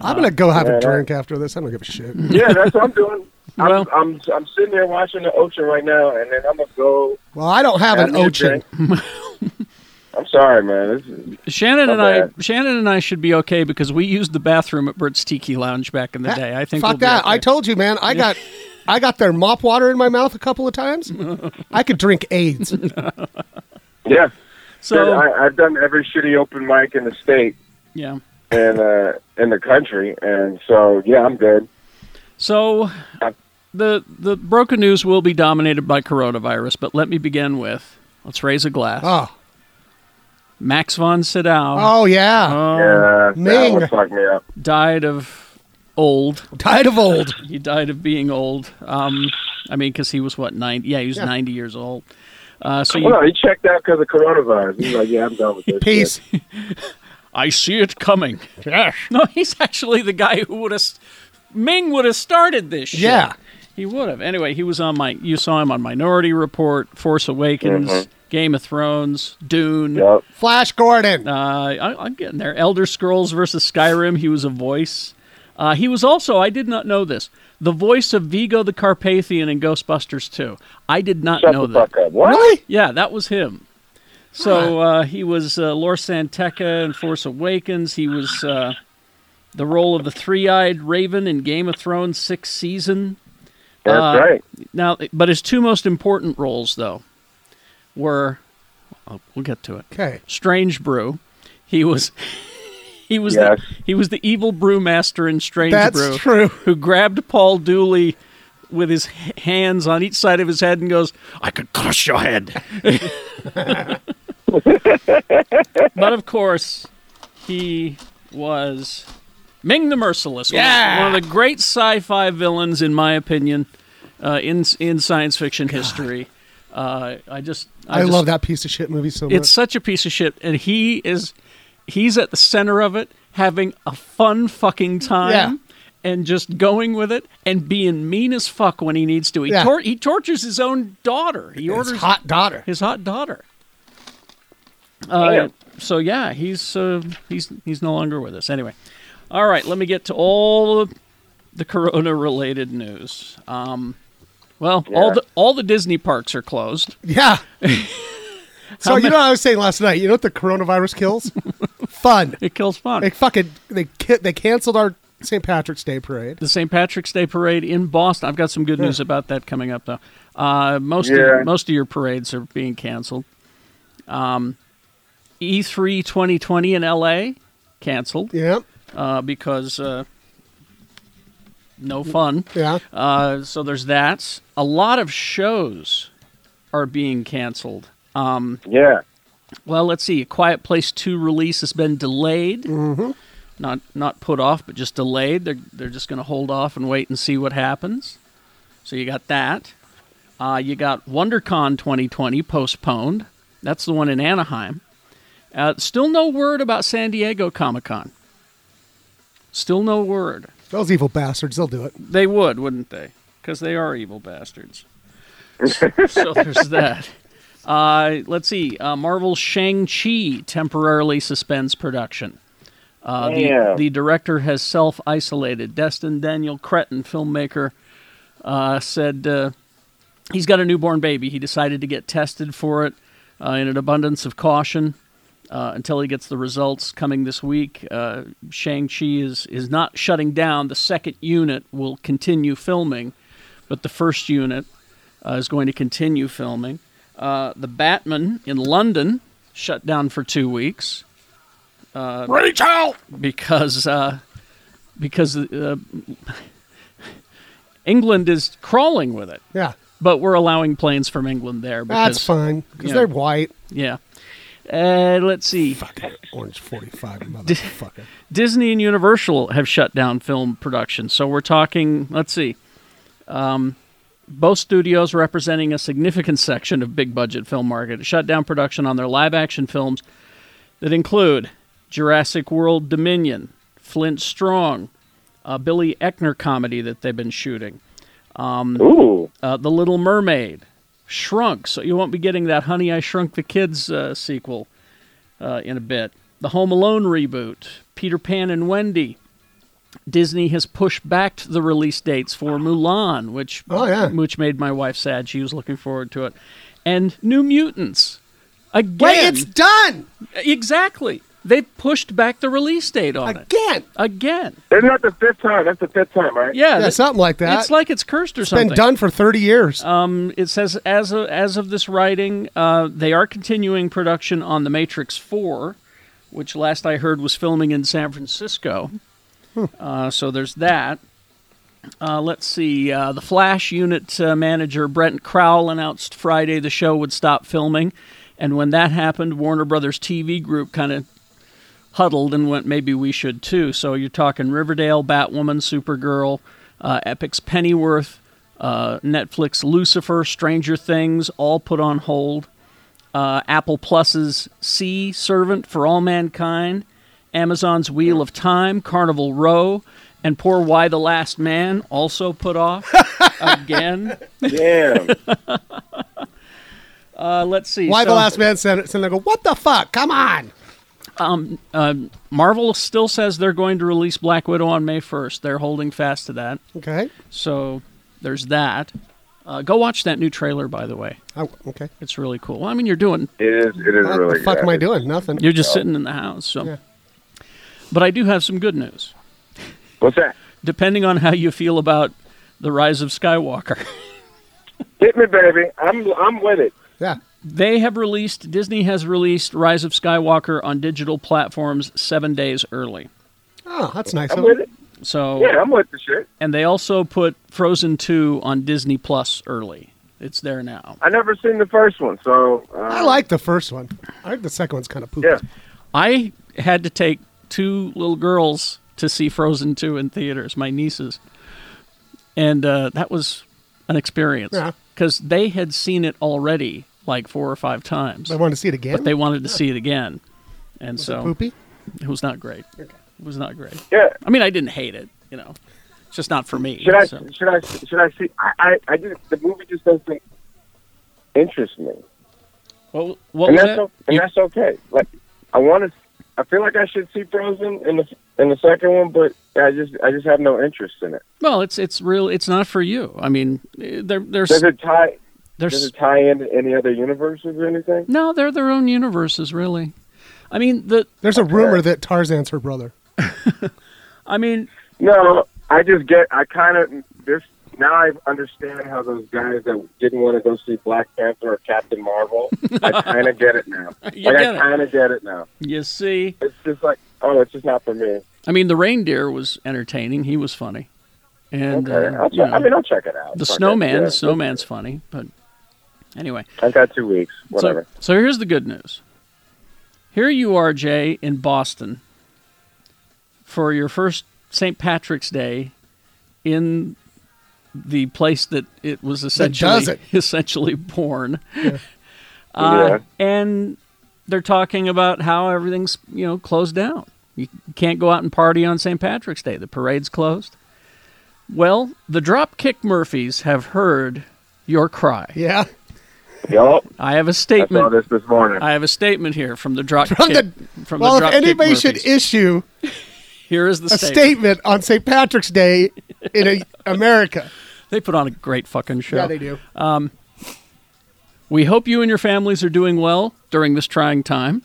I'm gonna go have a yeah, that- drink after this. I don't give a shit. Yeah, that's what I'm (laughs) doing. I'm, Well- I'm I'm sitting there watching the ocean right now, and then I'm gonna go Well, I don't have have an me a ocean. (laughs) drink. I'm sorry, man. This is, Shannon Not Oh, and I, bad. Shannon and I should be okay because we used the bathroom at Bert's Tiki Lounge back in the day. I think fuck we'll be that. okay. I told you, man. (laughs) I got I got their mop water in my mouth a couple of times. I could drink (laughs) AIDS. Oh. yeah. so. I, I've done every shitty open mic in the state yeah. and uh, in the country, and so yeah, I'm good. So the the broken news will be dominated by coronavirus, but let me begin with let's raise a glass. Oh, Max von Sydow oh Uh-huh. yeah. yeah, uh, that Ming. one fucked me up. died of old. Died (laughs) of old. He died of being old. Um, I mean, because he was what ninety? Yeah, he was ninety years old. Uh, so you, Well, he checked out because of coronavirus. He's like, yeah, I'm done with this. Peace. I see it coming. (laughs) No, he's actually the guy who would have. Ming would have started this shit. Yeah. He would have. Anyway, he was on my. You saw him on Minority Report, Force Awakens, Game of Thrones, Dune. Shit. Yep. Flash Gordon. Uh, I, I'm getting there. Elder Scrolls versus Skyrim. He was a voice. Uh, he was also, I did not know this, the voice of Vigo the Carpathian in Ghostbusters 2. I did not Shut know the that. fuck up. What? Really? Yeah, that was him. So uh, he was uh, Lor San Tekka in Force Awakens. He was uh, the role of the three eyed raven in Game of Thrones sixth season. That's Uh, right. Now, but his two most important roles, though, were oh, we'll get to it. Okay. Strange Brew. He was (laughs) he was Yes. the, he was the evil brewmaster in Strange That's Brew true. who grabbed Paul Dooley with his h- hands on each side of his head and goes, "I could crush your head." but of course, he was Ming the Merciless, one of- one of the great sci-fi villains, in my opinion, uh, in in science fiction history. Uh, I just I, just- love that piece of shit movie so much. it's such a piece of shit, and he is he's at the center of it, having a fun fucking time. Yeah. And just going with it and being mean as fuck when he needs to. He, Yeah. tor- he tortures his own daughter. He His orders (laughs) hot daughter. his hot daughter. Uh, Damn. So yeah, he's uh, he's he's no longer with us. Anyway, all right. Let me get to all of the corona-related news. Um, well, all Yeah. the all the Disney parks are closed. (laughs) Yeah. so How you ma- know what I was saying last night? You know what the (laughs) coronavirus kills? Fun. It kills fun. They fucking they ca- they canceled our St. Patrick's Day parade. the St. Patrick's Day parade in Boston. I've got some good news about that coming up, though. Uh, most Yeah. of, most of your parades are being canceled. Um, E3 2020 in LA canceled Yeah. uh, because uh, no fun. Yeah. Uh, so there's that. A lot of shows are being canceled. Yeah. Well, let's see. A Quiet Place Two release has been delayed. Mm-hmm. Not not put off, but just delayed. They're they're just going to hold off and wait and see what happens. So you got that. Uh, you got WonderCon 2020 postponed. That's the one in Anaheim. Uh, still no word about San Diego Comic Con. Still no word. Those evil bastards, they'll do it. They would, wouldn't they? Because they are evil bastards. so there's that. Uh, let's see. Uh, Marvel's Shang-Chi temporarily suspends production. Uh, the, Damn. the director has self isolated. Destin Daniel Cretton, filmmaker, uh, said uh, he's got a newborn baby. He decided to get tested for it uh, in an abundance of caution uh, until he gets the results coming this week. Uh, Shang-Chi is, is not shutting down. The second unit will continue filming, but the first unit uh, is going to continue filming. Uh, the Batman in London shut down for two weeks uh, Reach out! because uh, because uh, England is crawling with it, Yeah. but we're allowing planes from England there. Because, That's fine because yeah. they're white. Yeah. Uh, let's see. (laughs) Orange (laughs) 45, motherfucker. Disney and Universal have shut down film production. So we're talking, let's see, um, both studios representing a significant section of big budget film market shut down production on their live action films that include Jurassic World Dominion, Flint Strong, a Billy Eckner comedy that they've been shooting, Mm. Ooh. uh, The Little Mermaid, Shrunk. So you won't be getting that Honey I Shrunk the Kids uh, sequel uh, in a bit. The Home Alone reboot, Peter Pan and Wendy. Disney has pushed back the release dates for Mulan, which Oh, yeah. which made my wife sad. She was looking forward to it, and New Mutants again. Wait, it's done! exactly they pushed back the release date on it Again! again. Isn't that the fifth time? That's the fifth time, right? Yeah, Yeah, th- something like that. It's like it's cursed or It's something. been done for 30 years. Um, it says as of, as of this writing, uh, they are continuing production on The Matrix Four, which last I heard was filming in San Francisco. Uh, so there's that. Uh, let's see. Uh, the Flash unit uh, manager Brent Crowell announced Friday the show would stop filming, and when that happened, Warner Brothers TV group kind of huddled and went, maybe we should too. So you're talking Riverdale, Batwoman, Supergirl, uh, Epic's Pennyworth, uh, Netflix Lucifer, Stranger Things, all put on hold. Uh, Apple Plus's Sea Servant for All Mankind, Amazon's Wheel of Time, Carnival Row, and poor Why the Last Man also put (laughs) off again. Damn. Uh, let's see. Why the so- last man said it? So they go, what the fuck? Come on! Marvel still says they're going to release Black Widow on May 1st. They're holding fast to that. Okay. So there's that. Uh, go watch that new trailer, by the way. I, okay. It's really cool. Well, I mean, you're doing, it is. It is What really the fuck good. am I doing? Nothing. you're just sitting in the house. So, Yeah. but I do have some good news. What's that? Depending on how you feel about the rise of Skywalker, (laughs) Hit me, baby. I'm I'm with it. yeah. they have released Disney has released Rise of Skywalker on digital platforms seven days early. Oh, that's nice. I'm of with it. So Yeah, I'm with the shit. and they also put Frozen two on Disney Plus early. It's there now. I never seen the first one, so uh, I like the first one. I think the second one's kind of poop. Yeah. I had to take two little girls to see Frozen 2 in theaters, my nieces. And uh, that was an experience Yeah. because they had seen it already like four or five times, I want to see it again. but they wanted to see it again. And Is it so poopy. it was not great. It was not great. yeah. I mean, I didn't hate it, you know, it's just not for me. Should I? so. Should I? Should I see? I I, I just, the movie just doesn't interest me, What, what and was that's that? o- and You- that's okay. Like I want to. I feel like I should see Frozen in the in the second one, but I just I just have no interest in it. well, it's it's real. It's not for you. I mean, eh, they're they're Does it tie? they're Does it tie into any other universes or anything? no, they're their own universes, really. I mean, the There's a rumor that Tarzan's her brother. I mean, No, I just get. I kind of this now. I understand how those guys that didn't want to go see Black Panther or Captain (laughs) Marvel. I kind of get it now. Like You get I it. kind of get it now. You see, It's just like, oh, it's just not for me. I mean, the reindeer was entertaining. He was funny, and Okay, uh, I'll you check, I know, mean, I'll check it out. the Fuck it, snowman. yeah. the snowman's funny, but anyway. I've got two weeks. So, Whatever. so here's the good news. Here you are, Jay, in Boston for your first St. Patrick's Day in the place that it was essentially does it. (laughs) essentially born. Uh, And they're talking about how everything's you know closed down. You can't go out and party on St. Patrick's Day. The parade's closed. Well, the Dropkick Murphys have heard your cry. Yeah. (laughs) Y'all, I have a I saw statement this this morning. I have a statement here from the drop From the- from well, the if Dropkick anybody should Murphys. issue here is the a statement. statement on St. Patrick's Day in a, (laughs) America, They put on a great fucking show. yeah, they do. We hope you and your families are doing well during this trying time.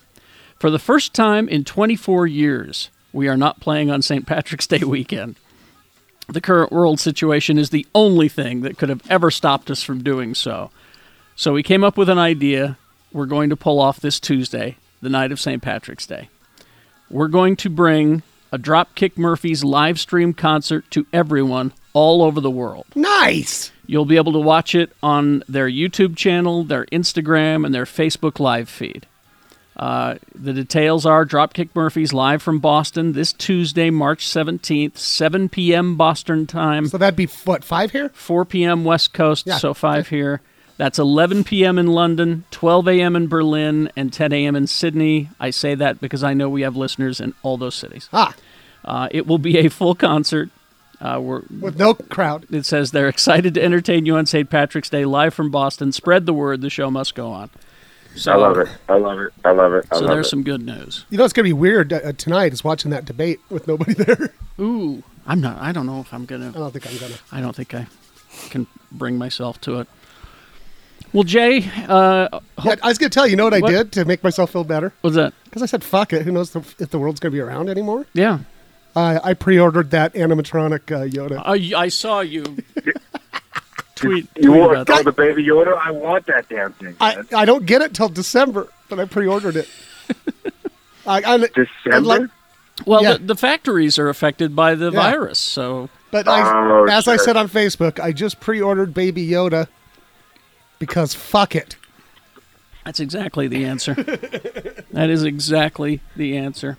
For the first time in 24 years, we are not playing on St. Patrick's Day weekend. The current world situation is the only thing that could have ever stopped us from doing so. So we came up with an idea we're going to pull off this Tuesday, the night of St. Patrick's Day. We're going to bring a Dropkick Murphys live stream concert to everyone all over the world. Nice. You'll be able to watch it on their YouTube channel, their Instagram, and their Facebook live feed. Uh, the details are Dropkick Murphys live from Boston this Tuesday, March 17th, 7 p.m. Boston time, So that'd be what five here? 4 p.m. West Coast, Yeah. so 5 here. That's 11 p.m. in London, 12 a.m. in Berlin, and 10 a.m. in Sydney. I say that because I know we have listeners in all those cities. Ah, Uh, it will be a full concert. Uh, we're, with no crowd. it says they're excited to entertain you on St. Patrick's Day live from Boston. Spread the word. The show must go on. So, I love it. I love it. I love it. I So love there's it. some good news. You know it's gonna be weird uh, tonight is watching that debate with nobody (laughs) there. Ooh, I'm not. I don't know if I'm I gonna. don't think I'm gonna. I don't think I can bring myself to it. Well, Jay, uh, Yeah, I was gonna tell you, you know what I What? did to make myself feel better? was that? Because I said, "Fuck it." Who knows the, if the world's gonna be around anymore? Yeah, I I pre-ordered that animatronic uh, Yoda. I, I saw (laughs) you tweet. tweet You want about to that. call the baby Yoda? I want that damn thing. I, man. I don't get it till December, but I pre-ordered it. I, I, December. I'd like- Well, yeah. the, the factories are affected by the Yeah. virus, so but I, Oh, as I sure. said on Facebook, I just pre-ordered Baby Yoda because fuck it. That's exactly the (laughs) answer. that is exactly the answer.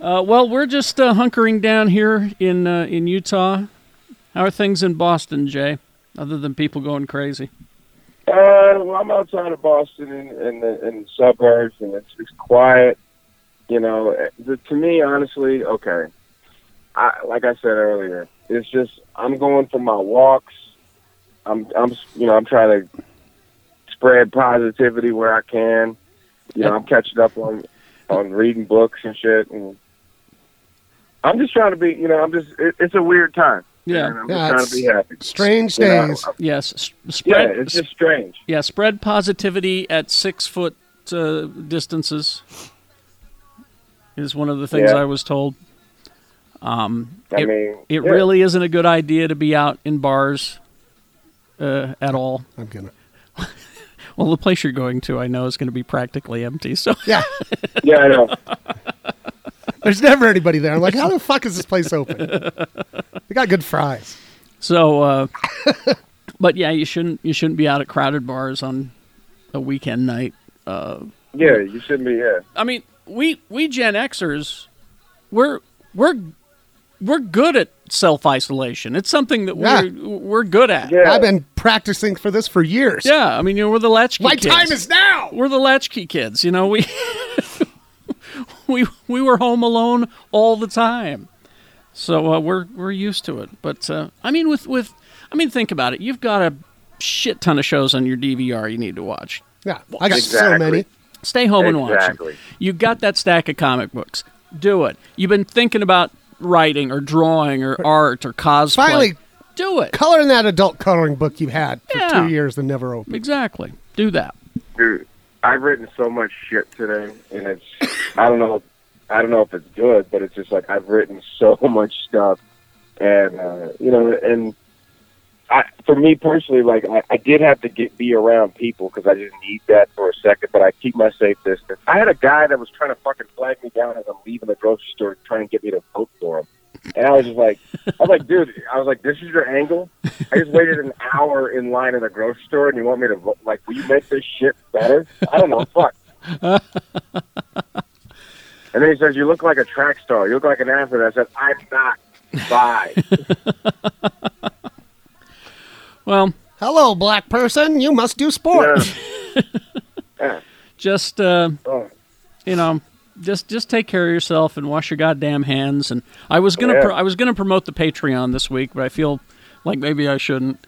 Uh, well, we're just uh, hunkering down here in uh, in Utah. How are things in Boston, Jay? Other than people going crazy, Uh, well, I'm outside of Boston in, in, the, in the suburbs, and it's, it's quiet. You know, eh, the, to me, honestly, okay. I like I said earlier, it's just I'm going for my walks. I'm I'm s- you know I'm trying to spread positivity where I can. You know, I'm catching up on on reading books and shit, and I'm just trying to be. You know, I'm just it, it's a weird time. Yeah. and I'm Yeah, just trying to be it's happy. Strange You know, days. I- yes. s- yeah, Spread, it's just strange. yeah, spread positivity at six foot uh, distances is one of the things Yeah. I was told. I It- mean, It yeah. really isn't a good idea to be out in bars uh, at all. I'm gonna. (laughs) Well, the place you're going to, I know, is going to be practically empty. So (laughs) Yeah, Yeah, I know. there's never anybody there. I'm like, how the fuck is this place open? They got good fries. So, (laughs) uh, but yeah, you shouldn't you shouldn't be out at crowded bars on a weekend night. Yeah, you should be. Yeah, I mean, we we Gen Xers, we're we're we're good at self isolation. It's something that we're we're good at. yeah. I've been practicing for this for years. Yeah, I mean, you know, we're the latchkey. My kids. time is now. we're the latchkey kids. You know, we (laughs) we we were home alone all the time, so uh, we're we're used to it. But uh, I mean, with with I mean, think about it. You've got a shit ton of shows on your DVR you need to watch. Yeah, I got so Exactly. many. Stay home and watch 'em. Exactly. You got that stack of comic books. Do it. You've been thinking about writing or drawing or art or cosplay. Finally- do it. Color in that adult coloring book you've had for Yeah. two years and never opened. Exactly. Do that. dude. I've written so much shit today, and it's I don't know, I don't know if it's good, but it's just like I've written so (laughs) much stuff, and uh, you know, and I for me personally, like I, I did have to get be around people because I didn't need that for a second, but I keep my safe distance. I had a guy that was trying to fucking flag me down as I'm leaving the grocery store, trying to get me to vote for him. And I was just like, I was like, dude, I was like, this is your angle. I just waited an hour in line at a grocery store, and you want me to vo- like, will you make this shit better? I don't know, fuck. and then he says, you look like a track star. You look like an athlete. I said, I'm not. Bye. Well, Hello, black person. You must do Yeah. sports. just uh, Oh, you know, just just take care of yourself and wash your goddamn hands. And I was Oh, gonna Yeah. pro- I was gonna promote the Patreon this week, but I feel like maybe I shouldn't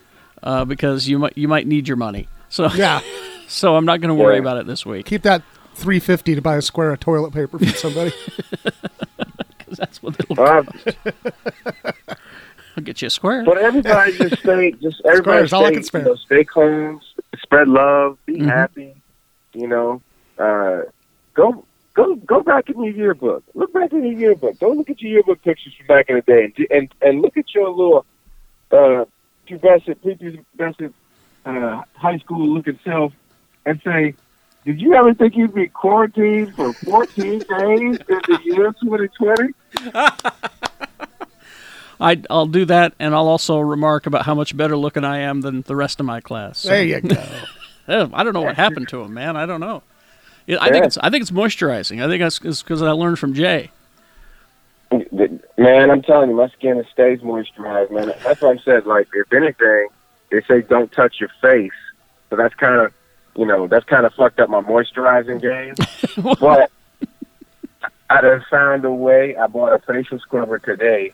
uh, because you might you might need your money. So (laughs) Yeah. (laughs) so I'm not gonna worry Yeah. about it this week. (laughs) Keep that 350 to buy a square of toilet paper from somebody. That's what it'll (laughs) uh, I'll get you a square. but everybody (laughs) just stay, just everybody Squares, all I stay, can spare. Mm-hmm. you know, stay calm, spread love, be happy. You know, uh, go go go back in your yearbook. Look back in your yearbook. Go look at your yearbook pictures from back in the day, and and and look at your little uh, pubescent, prepubescent uh, high school looking self, and say. Did you ever think you'd be quarantined for 14 days in the year 2020? I I'll do that, and I'll also remark about how much better looking I am than the rest of my class. So, oh, There you go. eh, I don't know what happened to him, man. I don't know. It, I think Yeah. it's I think it's moisturizing. I think that's because I learned from Jay. (laughs) Man, I'm telling you, my skin is stays moisturized, man. That's what I'm saying. Like, if anything, they say don't touch your face. So that's kind of, you know, that's kind of fucked up my moisturizing game. but I done found a way. I bought a facial scrubber today.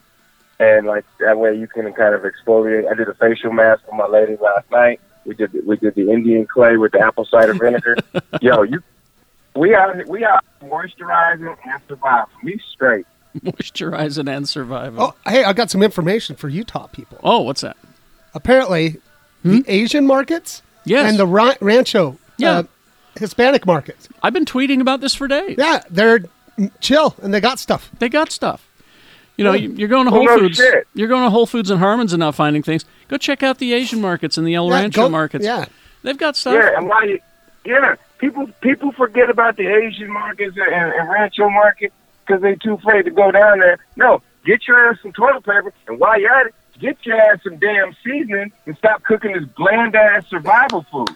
And, like, that way you can kind of exfoliate. I did a facial mask for my lady last night. We did the, we did the Indian clay with the apple cider vinegar. Yo, you, we are we are moisturizing and surviving. Me straight. Moisturizing and surviving. Oh, hey, I got some information for Utah people. Oh, what's that? Apparently, the Asian markets Hmm? Yes. and the Ra- Rancho Yeah. uh, Hispanic markets. I've been tweeting about this for days. Yeah, they're chill and they got stuff. They got stuff. You Oh. know, you- you're going to Well, Whole no Foods. shit. You're going to Whole Foods and Harmons and not finding things. Go check out the Asian markets and the El Yeah, Rancho go- markets. Yeah. They've got stuff. Yeah, and why? You, yeah, people people forget about the Asian markets and, and Rancho market because they too afraid to go down there. No, get your ass some toilet paper, and while you're at it, get your ass some damn seasoning and stop cooking this bland ass survival food.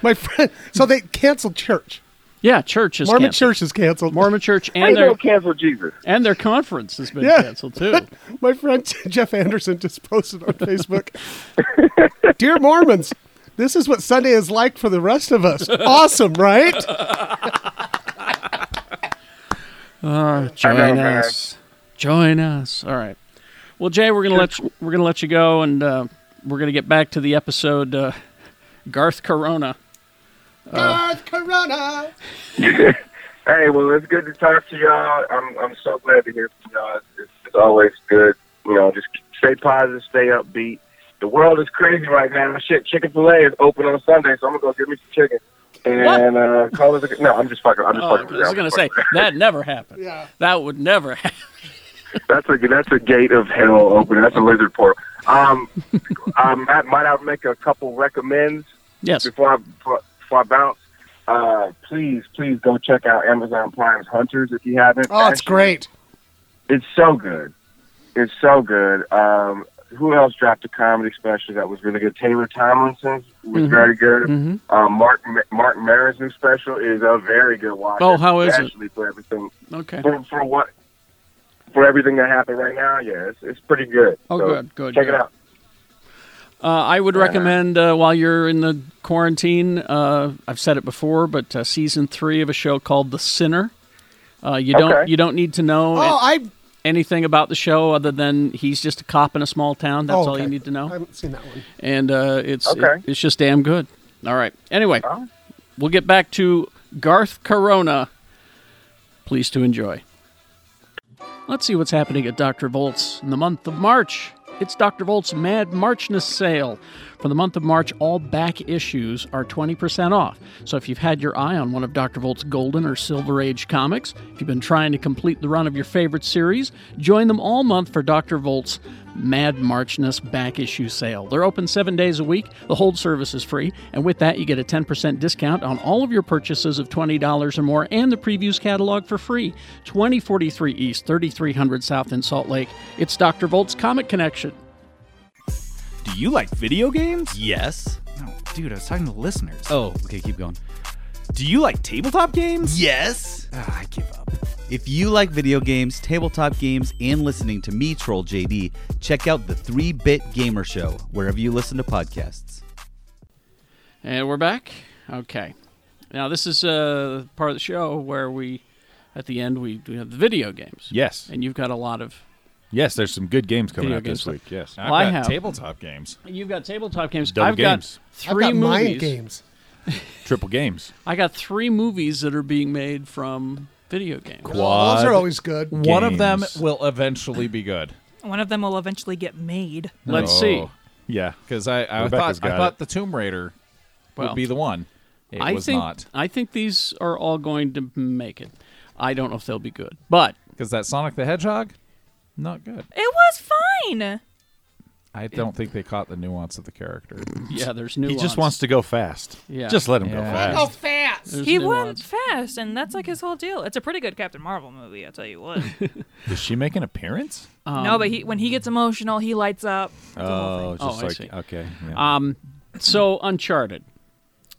My friend, so they canceled church. Yeah, church is Mormon canceled. church is canceled. Mormon church Ain't and no their cancel Jesus. and their conference has been Yeah. canceled (laughs) too. My friend Jeff Anderson just posted on Facebook (laughs) Dear Mormons, this is what Sunday is like for the rest of us. Awesome, right? Join know, man. us. Join us. All right. Well, Jay, we're gonna let you, we're gonna let you go, and uh, we're gonna get back to the episode. Uh, Garth Corona. Earth Corona. Hey, well, it's good to talk to y'all. I'm I'm so glad to hear from y'all. It's- It's, it's always good. You know, just stay positive, stay upbeat. The world is crazy right now. Shit, Chicken Filet is open on Sunday, so I'm gonna go get me some chicken. And uh, call us. A, no, I'm just fucking. I'm just Oh, I fucking. with was you. gonna say that never happened. Yeah. That would never (laughs) happen. that's a that's a gate of hell opening. That's a lizard portal. (laughs) Um, um, I, might I make a couple recommends? Yes. before I before, before I bounce. Uh, please, please go check out Amazon Prime's Hunters if you haven't. Oh, it's Actually, great. It's so good. It's so good. Um, who else dropped a comedy special that was really good? Taylor Tomlinson Mm-hmm. was very good. Um, Mark Mark Maron's new special is a very good watch. Oh, how is it? Actually, for everything Okay. for, for what for everything that happened right now, yeah, it's, it's pretty good. Oh, So good, good, Check good. it out. Uh, I would recommend uh, while you're in the quarantine. Uh, I've said it before, but uh, season three of a show called The Sinner. Uh, you don't Okay. you don't need to know Oh, I anything about the show other than he's just a cop in a small town. That's oh, all okay. you need to know. I haven't seen that one. and uh, it's it- Okay. it's just damn good. All right. Anyway, Oh. we'll get back to Garth Corona. Please to enjoy. Let's see what's happening at Dr. Volt's in the month of March. It's Dr. Volt's Mad Marchness sale. For the month of March, all back issues are 20% off. So if you've had your eye on one of Dr. Volt's Golden or Silver Age comics, if you've been trying to complete the run of your favorite series, join them all month for Dr. Volt's Mad Marchness back issue sale. They're open seven days a week. The hold service is free. And with that, you get a 10% discount on all of your purchases of $20 or more and the previews catalog for free. 2043 East, 3300 South in Salt Lake. It's Dr. Volt's Comic Connection. Do you like video games? Yes. No, dude, I was talking to listeners. Oh, okay, keep going. Do you like tabletop games? Yes. Ah, I give up. If you like video games, tabletop games, and listening to me troll JD, check out the 3 Bit Gamer Show wherever you listen to podcasts. And we're back. Okay. Now, this is uh, part of the show where we, at the end, we, we have the video games. Yes. And you've got a lot of. Yes, there's some good games coming Video out this games. week. Yes. I've Well, I got have- tabletop games. You've got tabletop games. Double I've games. got I've three got movies. mind games. Triple games. I got three movies that are being made from video games. Quad. Those are always good. One of them Games. will eventually be good. One of them will eventually get made. Let's see. Oh, Yeah, because I, I Rebecca's thought I got thought it. the Tomb Raider Well, would be the one. It I was think not I think these are all going to make it. I don't know if they'll be good, but because that Sonic the Hedgehog, not good. It was fine. I don't think they caught the nuance of the character. yeah, there's nuance. He just wants to go fast. Yeah. Just let him go Yeah. fast. There's he went nuance. fast, and that's like his whole deal. It's a pretty good Captain Marvel movie, I'll tell you (laughs) what. Does she make an appearance? no, but he when he gets emotional, he lights up. Um, Oh, just I like see. okay. yeah. Um, so Uncharted.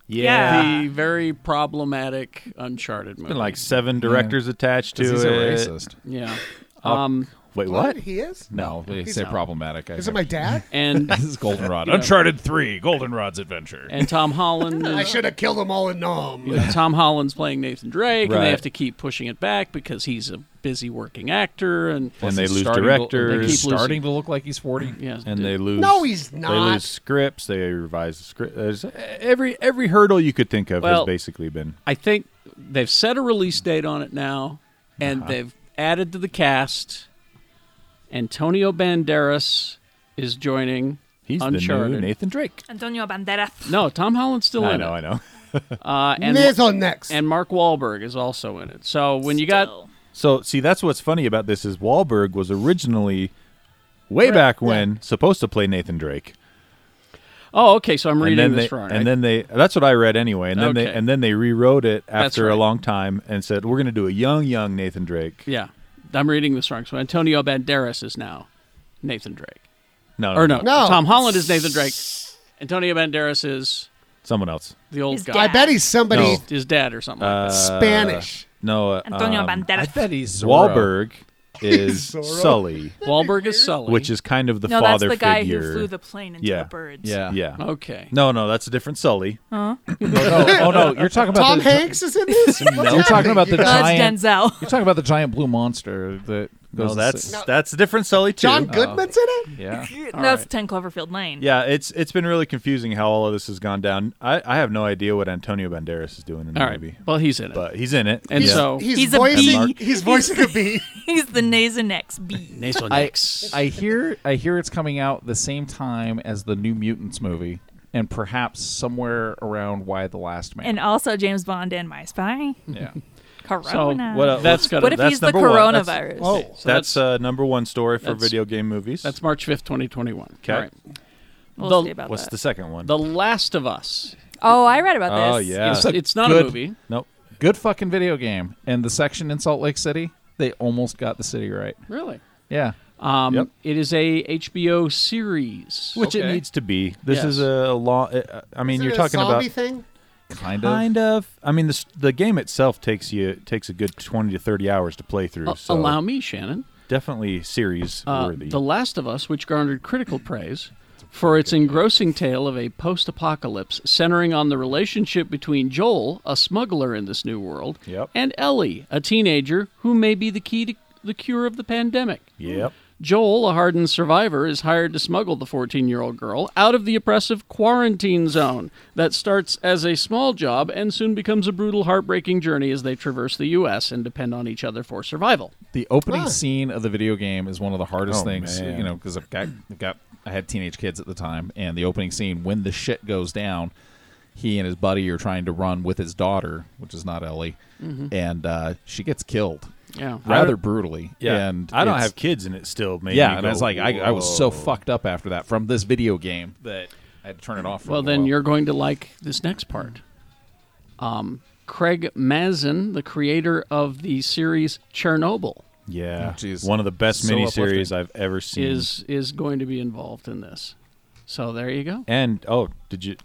Yeah. The very problematic Uncharted movie. Been like seven directors attached to 'Cause he's a it. racist. Yeah. I'll- Um, wait, what? He is? No, they He's say not. problematic. I Is it think. my dad? And (laughs) this is Goldenrod. Yeah. Uncharted 3, Goldenrod's Adventure. and Tom Holland. I Is, should have killed them all in Nom. you know, Tom Holland's playing Nathan Drake, and Right. they have to keep pushing it back because he's a busy working actor, and And they He's lose starting to- directors. they keep losing. starting to look like he's 40. yeah, and they lose. No, he's They not. lose scripts. They revise the script. There's every every hurdle you could think of Well- has basically been. I think they've set a release date on it now, and Uh-huh. they've added to the cast. Antonio Banderas is joining He's Uncharted. the new Nathan Drake. Antonio Banderas. No, Tom Holland's still I in know, I it, know. uh, and Niz on next. and Mark Wahlberg is also in it. So when you got Still. So see, that's what's funny about this is Wahlberg was originally, way back when, supposed to play Nathan Drake. oh okay, so I'm reading and then this they, wrong. and then they that's what I read anyway. And then they Okay. and then they rewrote it That's after a right. long time and said we're going to do a young, young Nathan Drake. yeah, I'm reading this wrong. So Antonio Banderas is now Nathan Drake, No, or no, No. Tom Holland is Nathan Drake. Antonio Banderas is someone else. the old His guy, I bet he's somebody No. his dad or something. like that. Spanish. No, uh, Antonio um, I Banderas. bet he's Zorro. (laughs) Wahlberg is Zorro. Sully, Wahlberg is Sully, which is kind of the no, that's father the guy figure. who flew the plane into Yeah. the birds. Yeah. yeah. okay. No, no, that's a different Sully. Oh, no, oh, no, you're talking about Tom the, Hanks is in this? You're talking about the No, it's giant. (laughs) Denzel. You're talking about the giant blue monster that goes. No, and that's sits- that's a different Sully too. Uh, John Goodman's in it? yeah. That's 10 Cloverfield Lane. yeah, it's it's been really confusing how all of this has gone down. I, I have no idea what Antonio Banderas is doing in the All right. movie, Well, he's in it. but he's in it. and Yeah. so (laughs) He's, He's a voicing, bee. he's voicing a (laughs) bee. He's the Nasonex B. nasal I, necks. I hear I hear it's coming out the same time as the New Mutants movie, and perhaps somewhere around Why the Last Man. And also James Bond and My Spy. yeah, Corona. what, else? That's gotta- What if that's he's the number one. That's- coronavirus? Whoa. So that's that's uh, number one story for that's- video game movies. that's March fifth, twenty twenty one. Okay. We'll The- see about what's that. the second one? The Last of Us. oh, I read about oh this. yeah, It's, it's not a good- movie. nope. good fucking video game. And the section in Salt Lake City, they almost got the city right. Really. Yeah, Um, Yep. It is a HBO series. Which it Okay. needs to be. This Yes. is a long. I mean, Isn't you're it talking a zombie about thing? kind of. kind of. I mean, the the game itself takes you takes a good twenty to thirty hours to play through. Uh, so Allow me, Shannon. definitely series Uh, worthy. the Last of Us, which garnered critical praise for its engrossing tale of a post-apocalypse centering on the relationship between Joel, a smuggler in this new world, Yep. and Ellie, a teenager who may be the key to the cure of the pandemic. yep. Joel, a hardened survivor, is hired to smuggle the 14 year old girl out of the oppressive quarantine zone that starts as a small job and soon becomes a brutal, heartbreaking journey as they traverse the U.S. and depend on each other for survival. The opening Huh. scene of the video game is one of the hardest Oh, things, man. you know, because I've got, I've got I had teenage kids at the time, and the opening scene when the shit goes down, he and his buddy are trying to run with his daughter, which is not Ellie, and uh, she gets killed Yeah. rather don't- brutally. Yeah. and I don't it's- have kids, and it still made yeah, Me and go, I was like, I, I was so "Whoa." fucked up after that from this video game that I had to turn it off. For a Well, little then while. you're going to like this next part. Um, Craig Mazin, the creator of the series Chernobyl, Yeah, Oh, jeez. one of the best So miniseries uplifting. I've ever seen. is is going to be involved in this. So there you go. and oh, did you?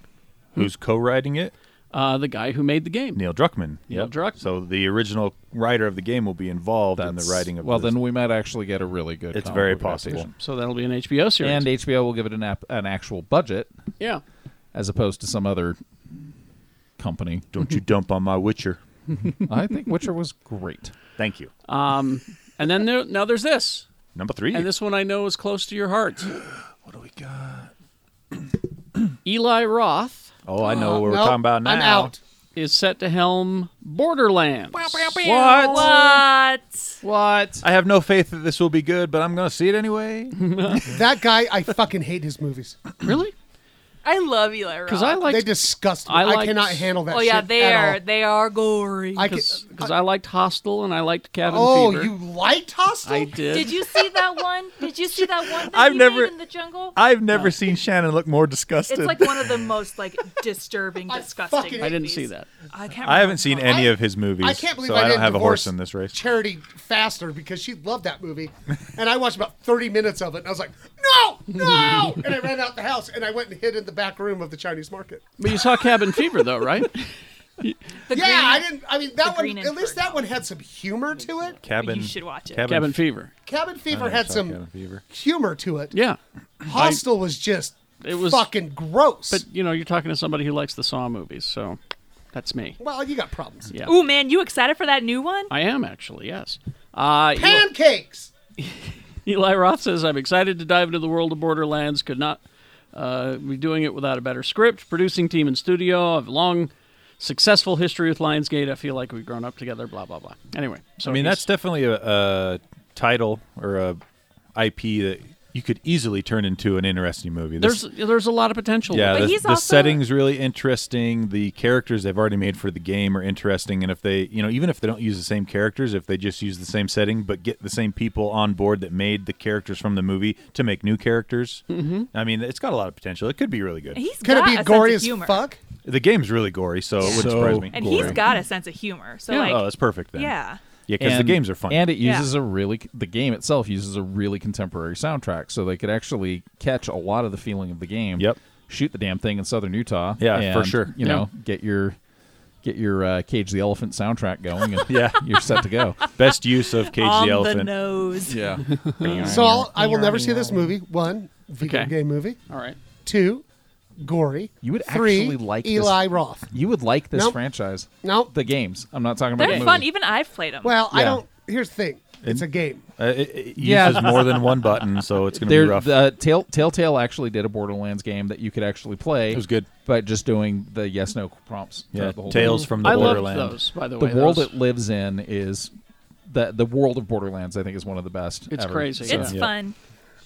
Who's co-writing it? Uh, the guy who made the game. Neil Druckmann. Neil Yep. Druckmann. So the original writer of the game will be involved in the That's- writing of. Well, this. then we might actually get a really good. It's comic very book possible. adaptation. So that'll be an HBO series. And HBO will give it an ap- an actual budget yeah. as opposed to some other company. don't you dump on my Witcher? I think Witcher was great. Thank you. And then there, now there's this. Number three. And this one I know is close to your heart. what do we got? Eli Roth oh, I know what we're Nope, talking about now. I'm out. is set to helm Borderlands. What? What? What? I have no faith that this will be good, but I'm going to see it anyway. That guy, I fucking hate his movies. Really? I love Eli Roth. Because I They liked disgust me. I I, liked- cannot handle that Oh shit yeah, at they are all. they are gory. I can, because I liked Hostel and I liked Cabin oh, Fever. you liked Hostel? I did. Did you see that one? Did you see that one that (laughs) I've he never- made in the jungle? I've never seen Shannon look more disgusted. it's like one of the most like (laughs) disturbing, disgusting. fucking- I didn't movies. see that. I can't. I haven't seen remember. any I- of his movies, I can't believe so I, I, didn't don't have a divorce horse in this race. Charity faster because she loved that movie, and I watched about thirty minutes of it, and I was like, no, (laughs) no! and I ran out the house and I went and hid in the back room of the Chinese market. But you saw (laughs) Cabin Fever though, right? yeah, I didn't. I mean, that one. At least that one had some humor to it. Cabin. Cabin, Fever. Cabin I Fever never had saw some Cabin Fever. humor to it. Yeah. Hostel was just it was fucking gross. But you know, you're talking to somebody who likes the Saw movies, so that's me. Well, you got problems. Yeah. Ooh, man, you excited for that new one? I am actually, yes. Uh, Eli- Pancakes. Eli Roth says, I'm excited to dive into the world of Borderlands. Could not uh, be doing it without a better script, producing team, and studio. I've a long, successful history with Lionsgate. I feel like we've grown up together, blah, blah, blah. Anyway, so I mean, he's- that's definitely a, a title or a IP that you could easily turn into an interesting movie. This- there's there's a lot of potential. yeah, there. the, the setting's really interesting. The characters they've already made for the game are interesting, and if they, you know, even if they don't use the same characters, if they just use the same setting but get the same people on board that made the characters from the movie to make new characters, Mm-hmm. Mhm. I mean, it's got a lot of potential. It could be really good. He's Could it got be a sense gory of as humor. fuck? the game's really gory, so it wouldn't So surprise me. And he's got a sense of humor. So Yeah. like, Oh, that's perfect then. Yeah. Yeah, (laughs) 'cause the And- games are fun. (laughs) And it Yeah. uses a really the game itself uses a really contemporary soundtrack, so they could actually catch a lot of the feeling of the game. Yep. Shoot the damn thing in southern Utah. Yeah, for and, sure. You Yeah. know, get your get your uh, Cage the Elephant soundtrack going, (laughs) and yeah, you're set to go. Best use of Cage On the Elephant. nose. Yeah. (laughs) So I'll, I will never see this movie. One, video Okay. game movie. All right. Two, gory. You would Three, actually like this- Eli Roth. You would like this Nope. franchise. No, the games. I'm not talking about they're the fun. movie. Even I've played them. Well, I Yeah. don't. Here's the thing. It's a game. Uh, it, it Yeah. uses more than one button, so it's going to There- be rough. The Tale, uh, Telltale actually did a Borderlands game that you could actually play. It was good, but just doing the yes no prompts. Yeah, throughout the whole Tales game. from the I loved Borderland. those, by the way, world those- it lives in is the the world of Borderlands. I think is one of the best. It's ever. crazy. So- It's fun.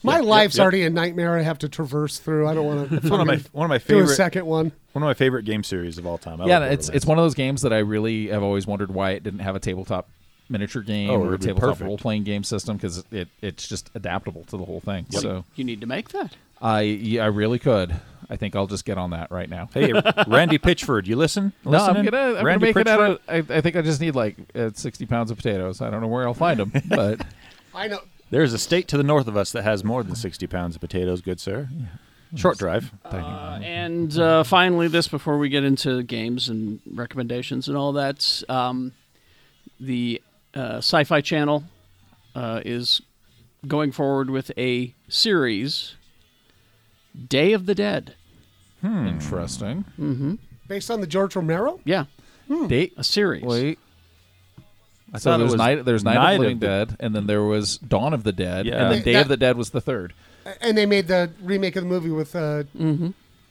My Yep, yep, life's yep. already a nightmare. I have to traverse through. I don't want to. It's one of my one of my Do favorite a second one. One of my favorite game series of all time. I yeah, love it's Borderlands. it's one of those games that I really have always wondered why it didn't have a tabletop miniature game Oh, it or a would be tabletop perfect. role playing game system because it it's just adaptable to the whole thing. Well, So you need to make that. I yeah, I really could. I think I'll just get on that right now. (laughs) Hey, Randy Pitchford, you listen? No, I'm Listening? gonna, I'm gonna Randy make it out Pitchford? of. I, I think I just need like uh, 60 pounds of potatoes. I don't know where I'll find (laughs) them, but I know. There's a state to the north of us that has more than 60 pounds of potatoes, good sir. Short drive. Uh, and uh, finally, this before we get into games and recommendations and all that, um, the uh, Sci Fi Channel uh, is going forward with a series, Day of the Dead. Hmm. Interesting. hmm Based on the George Romero. Yeah. Date a series. Hmm. Wait. I so thought it there's was night. There's night, Night of of the Living the- Dead, and then there was Dawn of the Dead, Yeah. and then They- Day of the that- Dead was the third. And they made the remake of the movie with uh,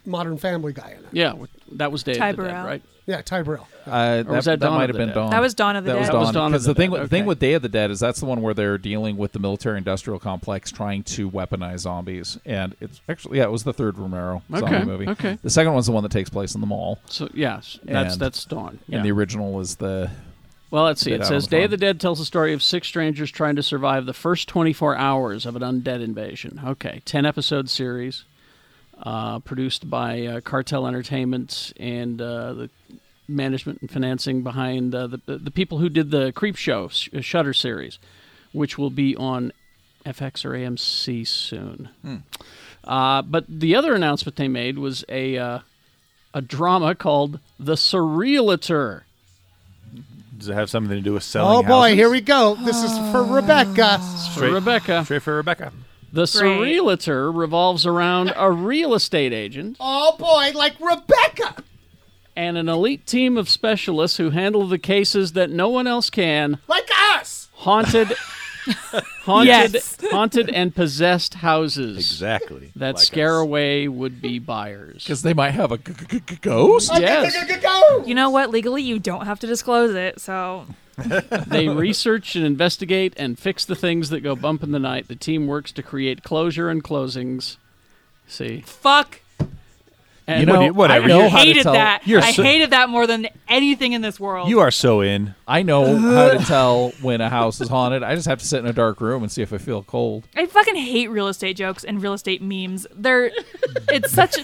Modern Family Guy in it. Yeah, w- that was Day Ty of the Dead, Burrell. right? Yeah, Ty Burrell. Uh, was that Dawn of might have the been Dead? Dawn. That was Dawn of the that Dead. Was That was Dawn, Dawn of because the the thing, Dead, with- the thing okay. with Day of the Dead is that's the one where they're dealing with the military-industrial complex trying to weaponize zombies, and it's actually yeah, it was the third Romero Okay, zombie movie. okay. The second one's the one that takes place in the mall. So, yes, that's- that's Dawn, yeah. And the original is the. Well, let's see. the It Dead says Island Day Farm. of the Dead tells the story of six strangers trying to survive the first 24 hours of an undead invasion. Okay, 10 episode series uh, produced by uh, Cartel Entertainment and uh, the management and financing behind uh, the, the people who did the Creep Show sh- Shutter series, which will be on FX or AMC soon. Hmm. Uh, but the other announcement they made was a uh, a drama called The Surrealator. Does it have something to do with selling Oh boy, houses? here we go. This is for Rebecca. for Rebecca. Straight for Rebecca. The Great. Surrealator revolves around a real estate agent Oh boy, like Rebecca. and an elite team of specialists who handle the cases that no one else can. Like us. (laughs) Haunted haunted Yes. haunted and possessed houses. (laughs) Exactly. That scare away would be (laughs) buyers. Cuz they might have a g- g- g- ghost. Yes. You know what? Legally, you don't have to disclose it. So (laughs) they research and investigate and fix the things that go bump in the night. The team works to create closure and closings. See. fuck. And You know, What- whatever. I know how to hated tell- that. You're I so- hated that more than anything in this world. You are so in. I know how (laughs) to tell when a house is haunted. I just have to sit in a dark room and see if I feel cold. I fucking hate real estate jokes and real estate memes. They're (laughs) it's such.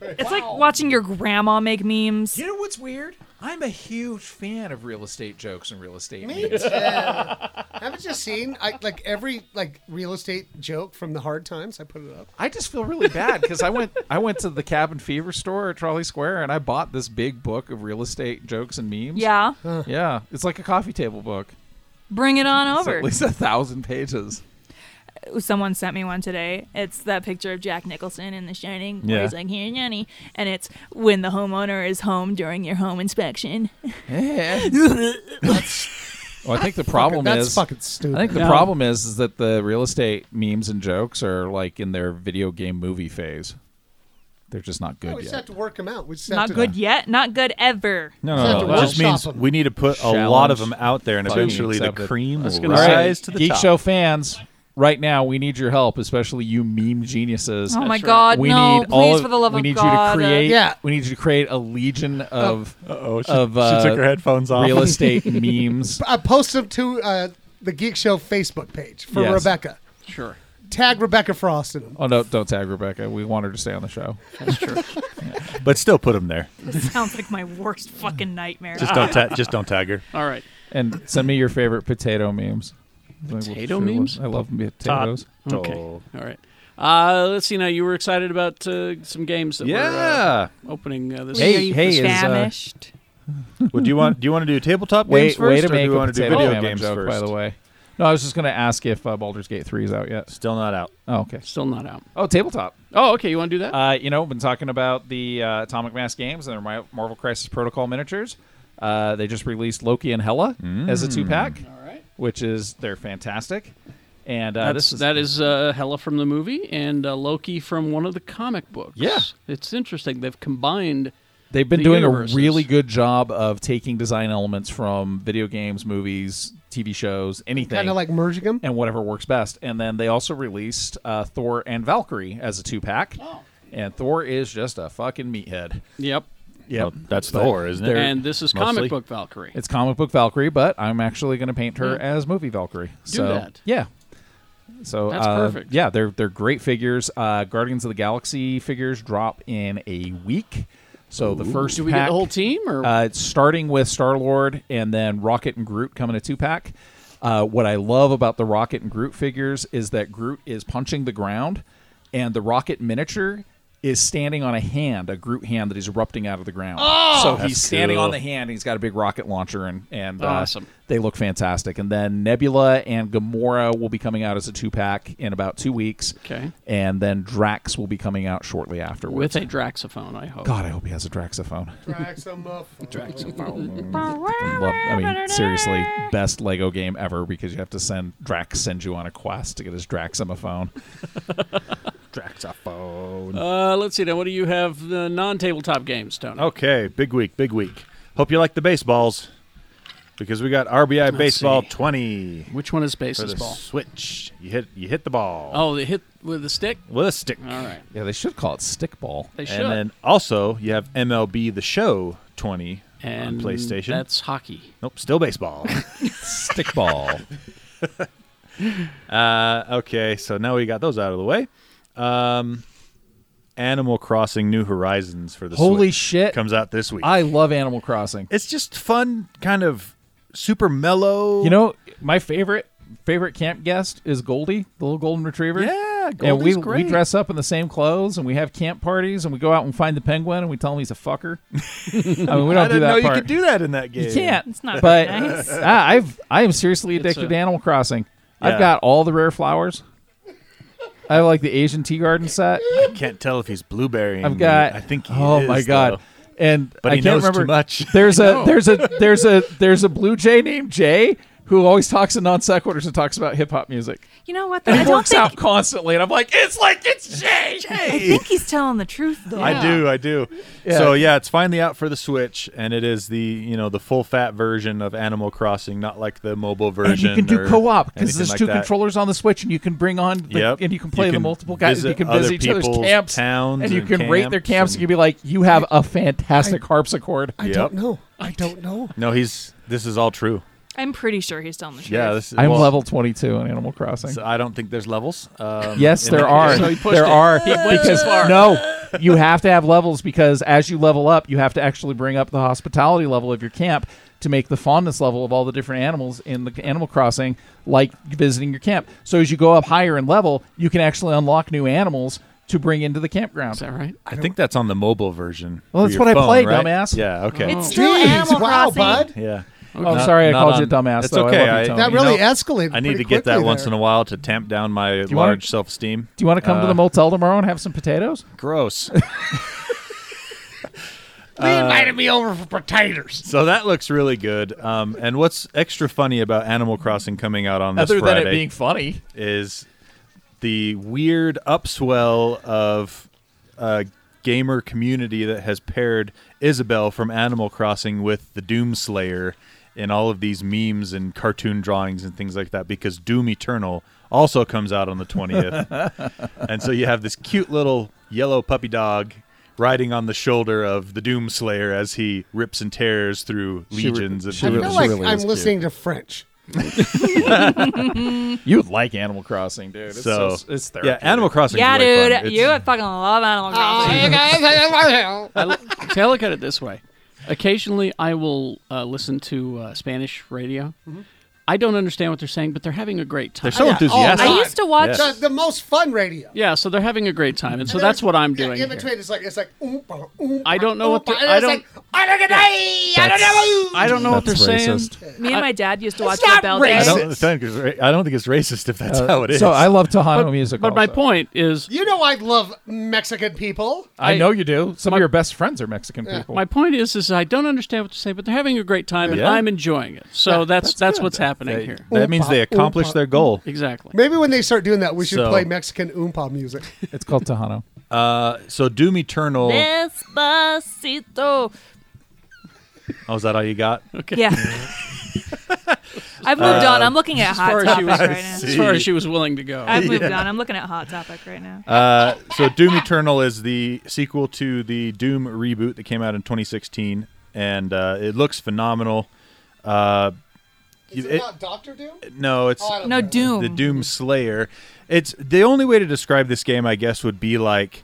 it's like watching your grandma make memes. You know what's weird? I'm a huge fan of real estate jokes and real estate. Me memes. too. (laughs) Haven't you seen I, like every like real estate joke from the hard times? I put it up. I just feel really bad because I went I went to the Cabin Fever store at Trolley Square and I bought this big book of real estate jokes and memes. Yeah. (laughs) yeah, it's like a coffee table book. Bring it on It's over. at least a thousand (laughs) pages. (laughs) someone sent me one today. It's that picture of Jack Nicholson in The Shining, where Yeah. he's like, "Here, Johnny," and it's when the homeowner is home during your home inspection. (laughs) Well, I think the problem That's is fucking stupid. I think the No. problem is is that the real estate memes and jokes are like in their video game movie phase. They're just not No, Oh, good we just yet. have to work them out. We just have not to- good yet. Not good ever. No, no, no. It just means we need to put a Challenge lot of them out there, and fucking eventually the accepted. cream I was will gonna say, rise to the Geek top. Show fans, right now we need your help, especially you meme geniuses. Oh my That's right. God, we no, need all please, of, for the love we of need God, uh, You to create, Yeah. we need you to create a legion of Uh-oh, she- of she uh, took her headphones off. Real (laughs) estate memes. I post them to uh, the Geek Show Facebook page for Yes. Rebecca. Sure. Tag Rebecca Frost in them. Oh no! Don't tag Rebecca. We want her to stay on the show. That's true. but still put them there. (laughs) This sounds like my worst fucking nightmare. Uh, Just don't ta- just don't (laughs) tag her. All right. And send me your favorite potato memes. Potato Sure, memes? I love potatoes. Okay. All right. Uh, let's see now. You were excited about uh, some games that Yeah. were uh, opening uh, this Hey, week. hey, is, uh, Famished. Well, do you want do you want to do tabletop games Wait, first, way to or do make you a want to do potato video famine games joke, first? by the way. No, I was just going to ask if uh, Baldur's Gate 3 is out yet. Still not out. Oh, okay. Still not out. Oh, tabletop. Oh, okay. You want to do that? Uh, you know, been talking about the uh, Atomic Mass games and their Mi- Marvel Crisis Protocol miniatures. Uh, they just released Loki and Hela as a Mm. two pack, which is they're fantastic. And uh, That's, this is that is uh, Hela from the movie and uh, Loki from one of the comic books. Yeah. It's interesting. They've combined. They've been the doing universes. a really good job of taking design elements from video games, movies, TV shows, anything. Kinda like merging them? And whatever works best. And then they also released uh, Thor and Valkyrie as a two pack. And Thor is just a fucking meathead. Yep. Yep. Well, that's But Thor, isn't it? they're- And this is comic book Valkyrie. It's comic book Valkyrie, but I'm actually going to paint her Yeah. as movie Valkyrie. Do so, that. Yeah. So That's uh, perfect. Yeah, they're they're great figures. Uh, Guardians of the Galaxy figures drop in a week. So the Ooh. first Do we get the pack- whole team, or- uh, it's starting with Star Lord and then Rocket and Groot come in a two pack. Uh, what I love about the Rocket and Groot figures is that Groot is punching the ground, and the Rocket miniature is standing on a hand, a Groot hand that is erupting out of the ground. Oh! so That's he's standing cool. on the hand. And he's got a big rocket launcher, and and uh, Awesome. they look fantastic. And then Nebula and Gamora will be coming out as a two pack in about two weeks. Okay. and then Drax will be coming out shortly afterwards With a Draxophone, I hope. God, I hope he has a Draxophone. Draxophone. Fucking love- I mean, seriously, best Lego game ever because you have to send Drax send you on a quest to get his Draxophone. Draxophone. (laughs) Uh, let's see now. What do you have? The non-tabletop games, Tony. Okay, big week, big week. Hope you like the baseballs because we got RBI Let's baseball see. twenty. Which one is For the baseball? Switch. You hit you hit the ball Oh, they hit with a stick. with a stick. All right. Yeah, they should call it stickball. They should. And then also you have MLB the Show twenty And on PlayStation. That's hockey. nope, still baseball. (laughs) (laughs) Stickball. uh, okay, so now we got those out of the way. Um, Animal Crossing New Horizons for the Holy Switch shit. comes out this week. I love Animal Crossing. it's just fun, kind of super mellow. You know, my favorite favorite camp guest is Goldie, the little golden retriever. Yeah, and we Goldie's great. we dress up in the same clothes and we have camp parties and we go out and find the penguin and we tell him he's a (laughs) fucker. I mean, we don't I do didn't that know you part. could do that in that game. You can't. It's not But very nice. Ah, I've (laughs) I am seriously addicted a- to Animal Crossing. Yeah. I've got all the rare flowers. I have like the Asian tea garden (laughs) set. Can't tell if he's blueberry. I've got. Mm, I think. He oh is, my god. though. And But I he can't knows too remember. much. (laughs) There's a there's a there's a there's a blue jay named Jay who always talks in non sequiturs and talks about hip hop music. You know what? Though? And I he don't works think. out constantly, and I'm like, it's like it's Jay. I Jay. think he's telling the truth though. I do, I do. Yeah. So yeah, it's finally out for the Switch, and it is the you know the full fat version of Animal Crossing, not like the mobile version. And you can do or co-op because anything there's like two that. controllers on the Switch, and you can bring on the, Yep. and you can You play the can multiple guys. and You visit can visit other each other's people's camps, towns and you and can rate their camps. camps and and- you can be like, "You have a fantastic harpsichord." I Yep. don't know. I don't know. No, he's this is all true. I'm pretty sure he's telling the truth. Yeah, this is, I'm well, level 22 in Animal Crossing. so I don't think there's levels. Um, yes, in there the- are. So he pushed there it. are He went too because far. no, you have to have levels because as you level up, you have to actually bring up the hospitality level of your camp to make the fondness level of all the different animals in the Animal Crossing, like visiting your camp. So as you go up higher in level, you can actually unlock new animals to bring into the campground. Is that right? I think that's on the mobile version. Well, for that's your what I phone, played, right? dumbass. Yeah, okay. Oh. It's still Jeez, Animal wow, Crossing. bud. Yeah. Oh, I'm sorry I called you dumbass, It's though. I okay. love you, I- Tony. you That really know, escalated I need to pretty get that quickly once there. in a while to tamp down my you wanna- large self-esteem. Do you want to come to the Uh, motel tomorrow and have some potatoes? (laughs) Gross. (laughs) They Uh, invited me over for potatoes. So that looks really good. Um, and what's extra funny about Animal Crossing coming out on this Other than it Friday being funny is the weird upswell of a gamer community that has paired Isabel from Animal Crossing with the Doomslayer in all of these memes and cartoon drawings and things like that because Doom Eternal also comes out on the 20th. and so you have this cute little yellow puppy dog riding on the shoulder of the Doomslayer as he rips and tears through She re- legions of I feel demons. like I'm listening to (laughs) French. You'd like Animal Crossing, dude. It's so, So, it's yeah, therapeutic. Animal Crossing. yeah, really dude, fun. It's- you would fucking love Oh. Animal Crossing. I, l- see, I look at it this way. Occasionally, I will uh, listen to uh, Spanish radio. I don't understand what they're saying, but they're having a great time. They're so Yeah, all the enthusiastic. time. Oh, I used to watch- Yeah. The, the most fun radio. so they're having a great time, and so that's what I'm doing. In here. between, it's like it's like oompa, oompa, I don't know what oompa, the- and I it's don't- like, I don't know. I don't know. I don't know what they're That's racist. saying. Me and my dad used to watch It's not Rebel I Days. don't, think it's ra- I don't think it's racist if that's Uh, how it is. So I love Tejano But- music. But my also. point is, You know I love Mexican people. I, I- know you do. Some my- of your best friends are Mexican people. my point is, is I don't understand what they're saying, but they're having a great time, and Yeah. I'm enjoying it. So that's that's, what's happening They- here. That means they accomplished their goal. Exactly. Maybe when they start doing that, we should So- play Mexican oompa (laughs) music. It's called Tejano. Uh, so Doom Eternal. Despacito. Oh, is that all you got? Okay. (laughs) Yeah. I've moved Uh, on. I'm looking at as Hot far as she Topic was, right now. as far as she was willing to go. I've moved on. I'm looking at Hot Topic right now. Uh, so Doom Eternal is the sequel to the Doom reboot that came out in 2016, and uh, it looks phenomenal. Uh, Is it, it- not Doctor Doom? No, it's Oh, I don't No, know. Doom. The Doom Slayer. It's the only way to describe this game, I guess, would be like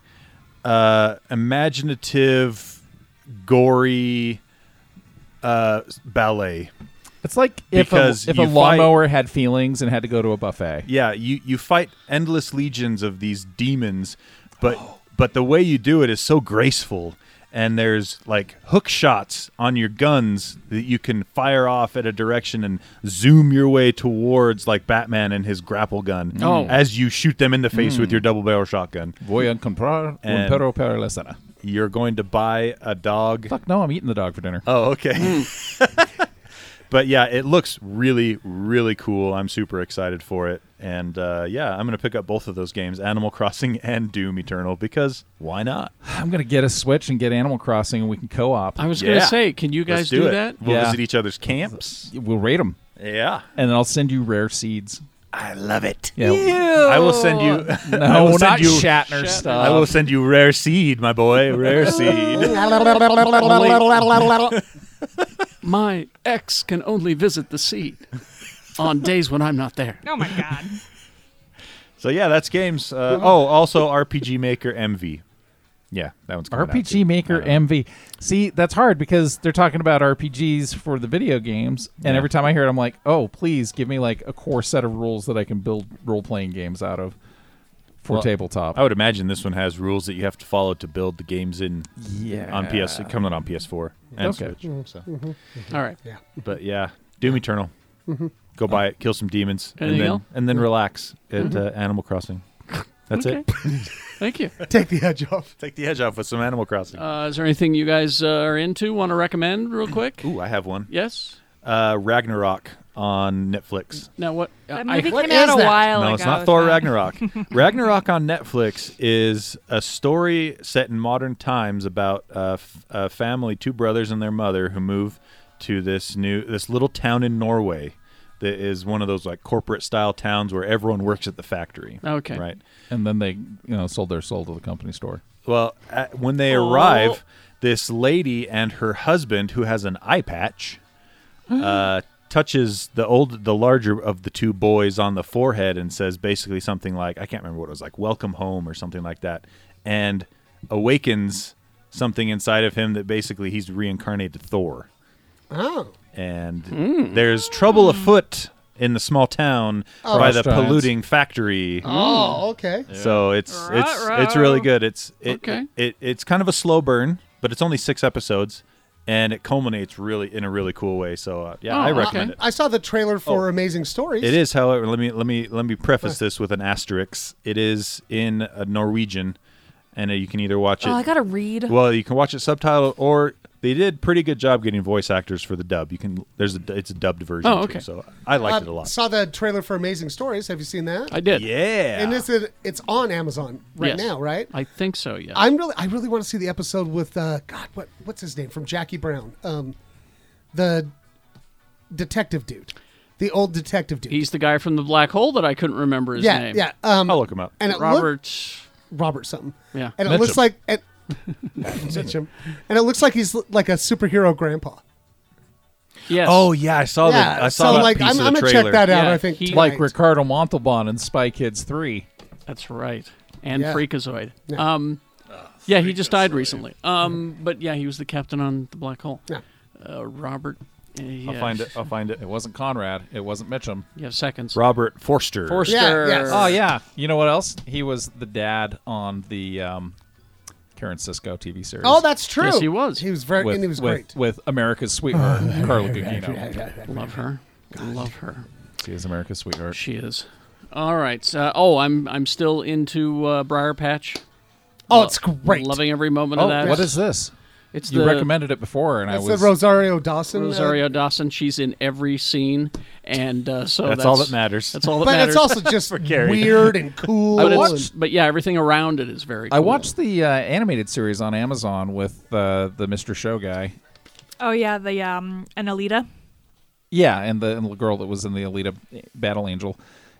uh, imaginative, gory uh, ballet. It's like if Because a, if a you fight- lawnmower had feelings and had to go to a buffet. Yeah, you you fight endless legions of these demons, but but the way you do it is so graceful. And there's like hook shots on your guns that you can fire off at a direction and zoom your way towards like Batman and his grapple gun Oh. as you shoot them in the face with Mm. your double barrel shotgun. Voy a comprar un And- perro para la cena. You're going to buy a dog. Fuck no, I'm eating the dog for dinner. Oh, okay. Hmm. (laughs) but yeah, it looks really, really cool. I'm super excited for it. And uh, yeah, I'm going to pick up both of those games, Animal Crossing and Doom Eternal, because why not? I'm gonna get a Switch and get Animal Crossing, and we can co-op. I was gonna say, can you guys Let's do, it. that? We'll Yeah. visit each other's camps. We'll rate them. Yeah. and I'll send you rare seeds. I love it. Yeah. I will send you. No, (laughs) I will send not you, Shatner stuff. I will send you rare seed, my (laughs) boy. Rare seed. Only- My ex can only visit the seat on days when I'm not there. Oh my god. So yeah, that's games. Uh, oh, also RPG Maker MV. Yeah, that one's coming out too. RPG Maker MV. See, that's hard because they're talking about RPGs for the video games, and Yeah. every time I hear it, I'm like, oh, please give me like a core set of rules that I can build role playing games out of for Well, tabletop. I would imagine this one has rules that you have to follow to build the games in. Yeah. On PS, coming on PS4 and Okay. Mm-hmm. Switch. So, Mm-hmm. All right. Yeah. but yeah, Doom Eternal. Mm-hmm. Mhm. Go buy it, kill some demons, Anything and then else? Mm-hmm. and then relax at uh, Animal Crossing. That's it. Thank you. Take the edge off. (laughs) Take the edge off with some Animal Crossing. Uh, is there anything you guys uh, are into? Want to recommend real quick? Ooh, I have one. Yes. Uh, Ragnarok on Netflix. Now what? That I- movie came out a while no, ago. it's not Thor Ragnarok. (laughs) Ragnarok on Netflix is a story set in modern times about a, f- a family, two brothers and their mother, who move to this new this little town in Norway that is one of those like corporate style towns where everyone works at the factory. Okay. right. And then they, you know, sold their soul to the company store. Well, at, when they Oh. arrive, this lady and her husband, who has an eye patch, Hmm. uh, touches the old, the larger of the two boys on the forehead and says basically something like, I can't remember what it was like, "Welcome home" or something like that. And awakens something inside of him that basically he's reincarnated Thor. Oh. And there's trouble afoot in the small town Oh. by the Frost giants. polluting factory. Mm. Oh, okay. So it's it's it's really good. It's it, Okay. it, it's kind of a slow burn, but it's only six episodes, and it culminates really in a really cool way. So uh, yeah, I recommend it. I saw the trailer for Amazing Stories. Oh, It is, however, let me let me let me preface this with an asterisk. It is in a Norwegian, and uh, you can either watch it. Oh, I gotta read. Well, you can watch it subtitled, or they did pretty good job getting voice actors for the dub. You can there's a it's a dubbed version. Oh, too, okay. so I liked Uh, it a lot. Saw the trailer for Amazing Stories. Have you seen that? I did. Yeah. And this is it's on Amazon right Yes. now, right? I think so. Yeah. I'm really I really want to see the episode with uh God what what's his name from Jackie Brown, um, the detective dude, the old detective dude. He's the guy from the black hole that I couldn't remember his yeah, name. yeah. Um, I'll look him up. And it Robert. Robert something. Yeah. And it Mitchum. looks like (laughs) and, Mitchum. and it looks like he's l- like a superhero grandpa. Yes. Oh yeah, I saw Yeah, that. I saw so, that like, piece I'm- of the I'm gonna check trailer. that out, Yeah, I think, he- like tonight. Ricardo Montalban in Spy Kids Three. That's right. And Yeah. Freakazoid. Yeah. Um, Ah, yeah, he just died recently. Um, but yeah, he was the captain on the black hole. Yeah. Uh, Robert. uh, yeah. I'll find it. I'll find it. It wasn't Conrad. It wasn't Mitchum. You have seconds. Robert Forster. Forster. Oh yeah. You know what else? He was the dad on the um, Karen Cisco TV series. Oh, that's true. Yes, he was. He was very and he was with, great. with (laughs) America's sweetheart, Carla Gugino. Love her. Love her. She is America's sweetheart. She is. All right. So, oh, I'm I'm still into uh, Briar Patch. Oh, it's great. Loving every moment Oh, of that. what is this? It's you the- recommended it before, and I That's was the Rosario Dawson. uh, Rosario Dawson. She's in every scene, and uh, so That's that's, all that matters. That's all that but matters. (laughs) it's also just Carrie. (laughs) weird and cool. but, it's- and- but yeah, everything around it is very. Cool. I watched the uh, animated series on Amazon with uh, the Mr. Show guy. Oh yeah, the um, an Alita. Yeah, and the, and the girl that was in the Alita Battle Angel,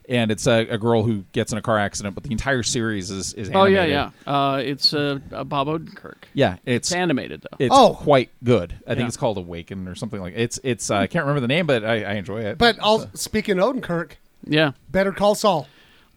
and it's a, a girl who gets in a car accident, but the entire series is is Oh animated. yeah, yeah. Uh, it's uh, uh, Bob Odenkirk. Yeah, it's, It's animated, though. It's Oh. quite good. I think Yeah. it's called Awaken or something like. It's it's uh, I can't remember the name, but I, I enjoy it. but all speaking of Odenkirk, Yeah. Better Call Saul.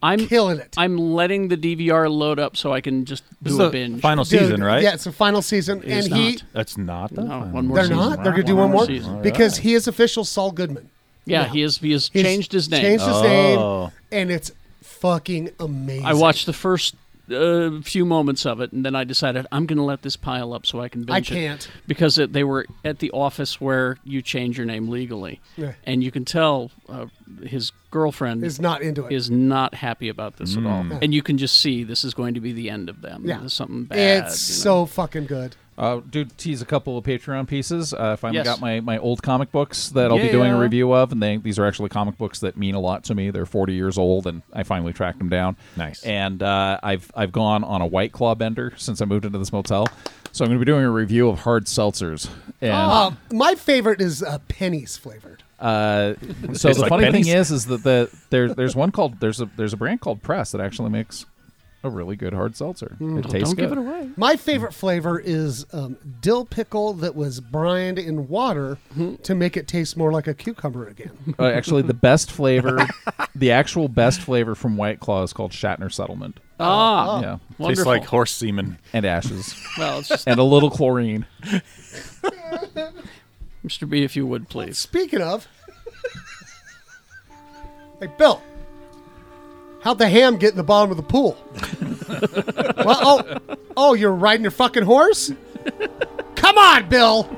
I'm killing it. I'm letting the DVR load up so I can just This do is a the binge. final Dude, season, right? Yeah, it's the final season, It is and he not. That's not the No, final one more they're season. not. They're gonna do one more because he is official Saul Goodman. Yeah, now. he has he has He's changed his name. Oh. Changed his name, and it's fucking amazing. I watched the first uh, few moments of it, and then I decided I'm going to let this pile up so I can I binge it. can't. because it, they were at the office where you change your name legally, Yeah. and you can tell uh, his girlfriend Is not into it. Is not happy about this at all, Mm. Yeah. and you can just see this is going to be the end of them. Yeah. This is something It's bad. so fucking good. Uh, do tease a couple of Patreon pieces. Uh, I finally Yes. got my, my old comic books that I'll be doing a Yeah. review of, and they, these are actually comic books that mean a lot to me. They're 40 years old, and I finally tracked them down. Nice. And uh, I've I've gone on a White Claw bender since I moved into this motel, so I'm going to be doing a review of hard seltzers. And Oh. Uh, my favorite is uh, pennies flavored. Uh, so Tastes the like funny pennies. thing is, is that the there, there's one called there's a there's a brand called Press that actually makes a really good hard seltzer. Mm. It tastes good. away. My favorite flavor is um, dill pickle that was brined in water to make it taste more like a cucumber again. Uh, actually, the best flavor, the actual best flavor from White Claw is called Shatner Settlement. Oh. Ah, yeah, Tastes wonderful. like horse semen. and ashes. Well, it's just- and a little chlorine. Mr. B, if you would please. Speaking of, (laughs) hey Bill, how'd the ham get in the bottom of the pool? well, oh, oh, you're riding your fucking horse. Come on, Bill.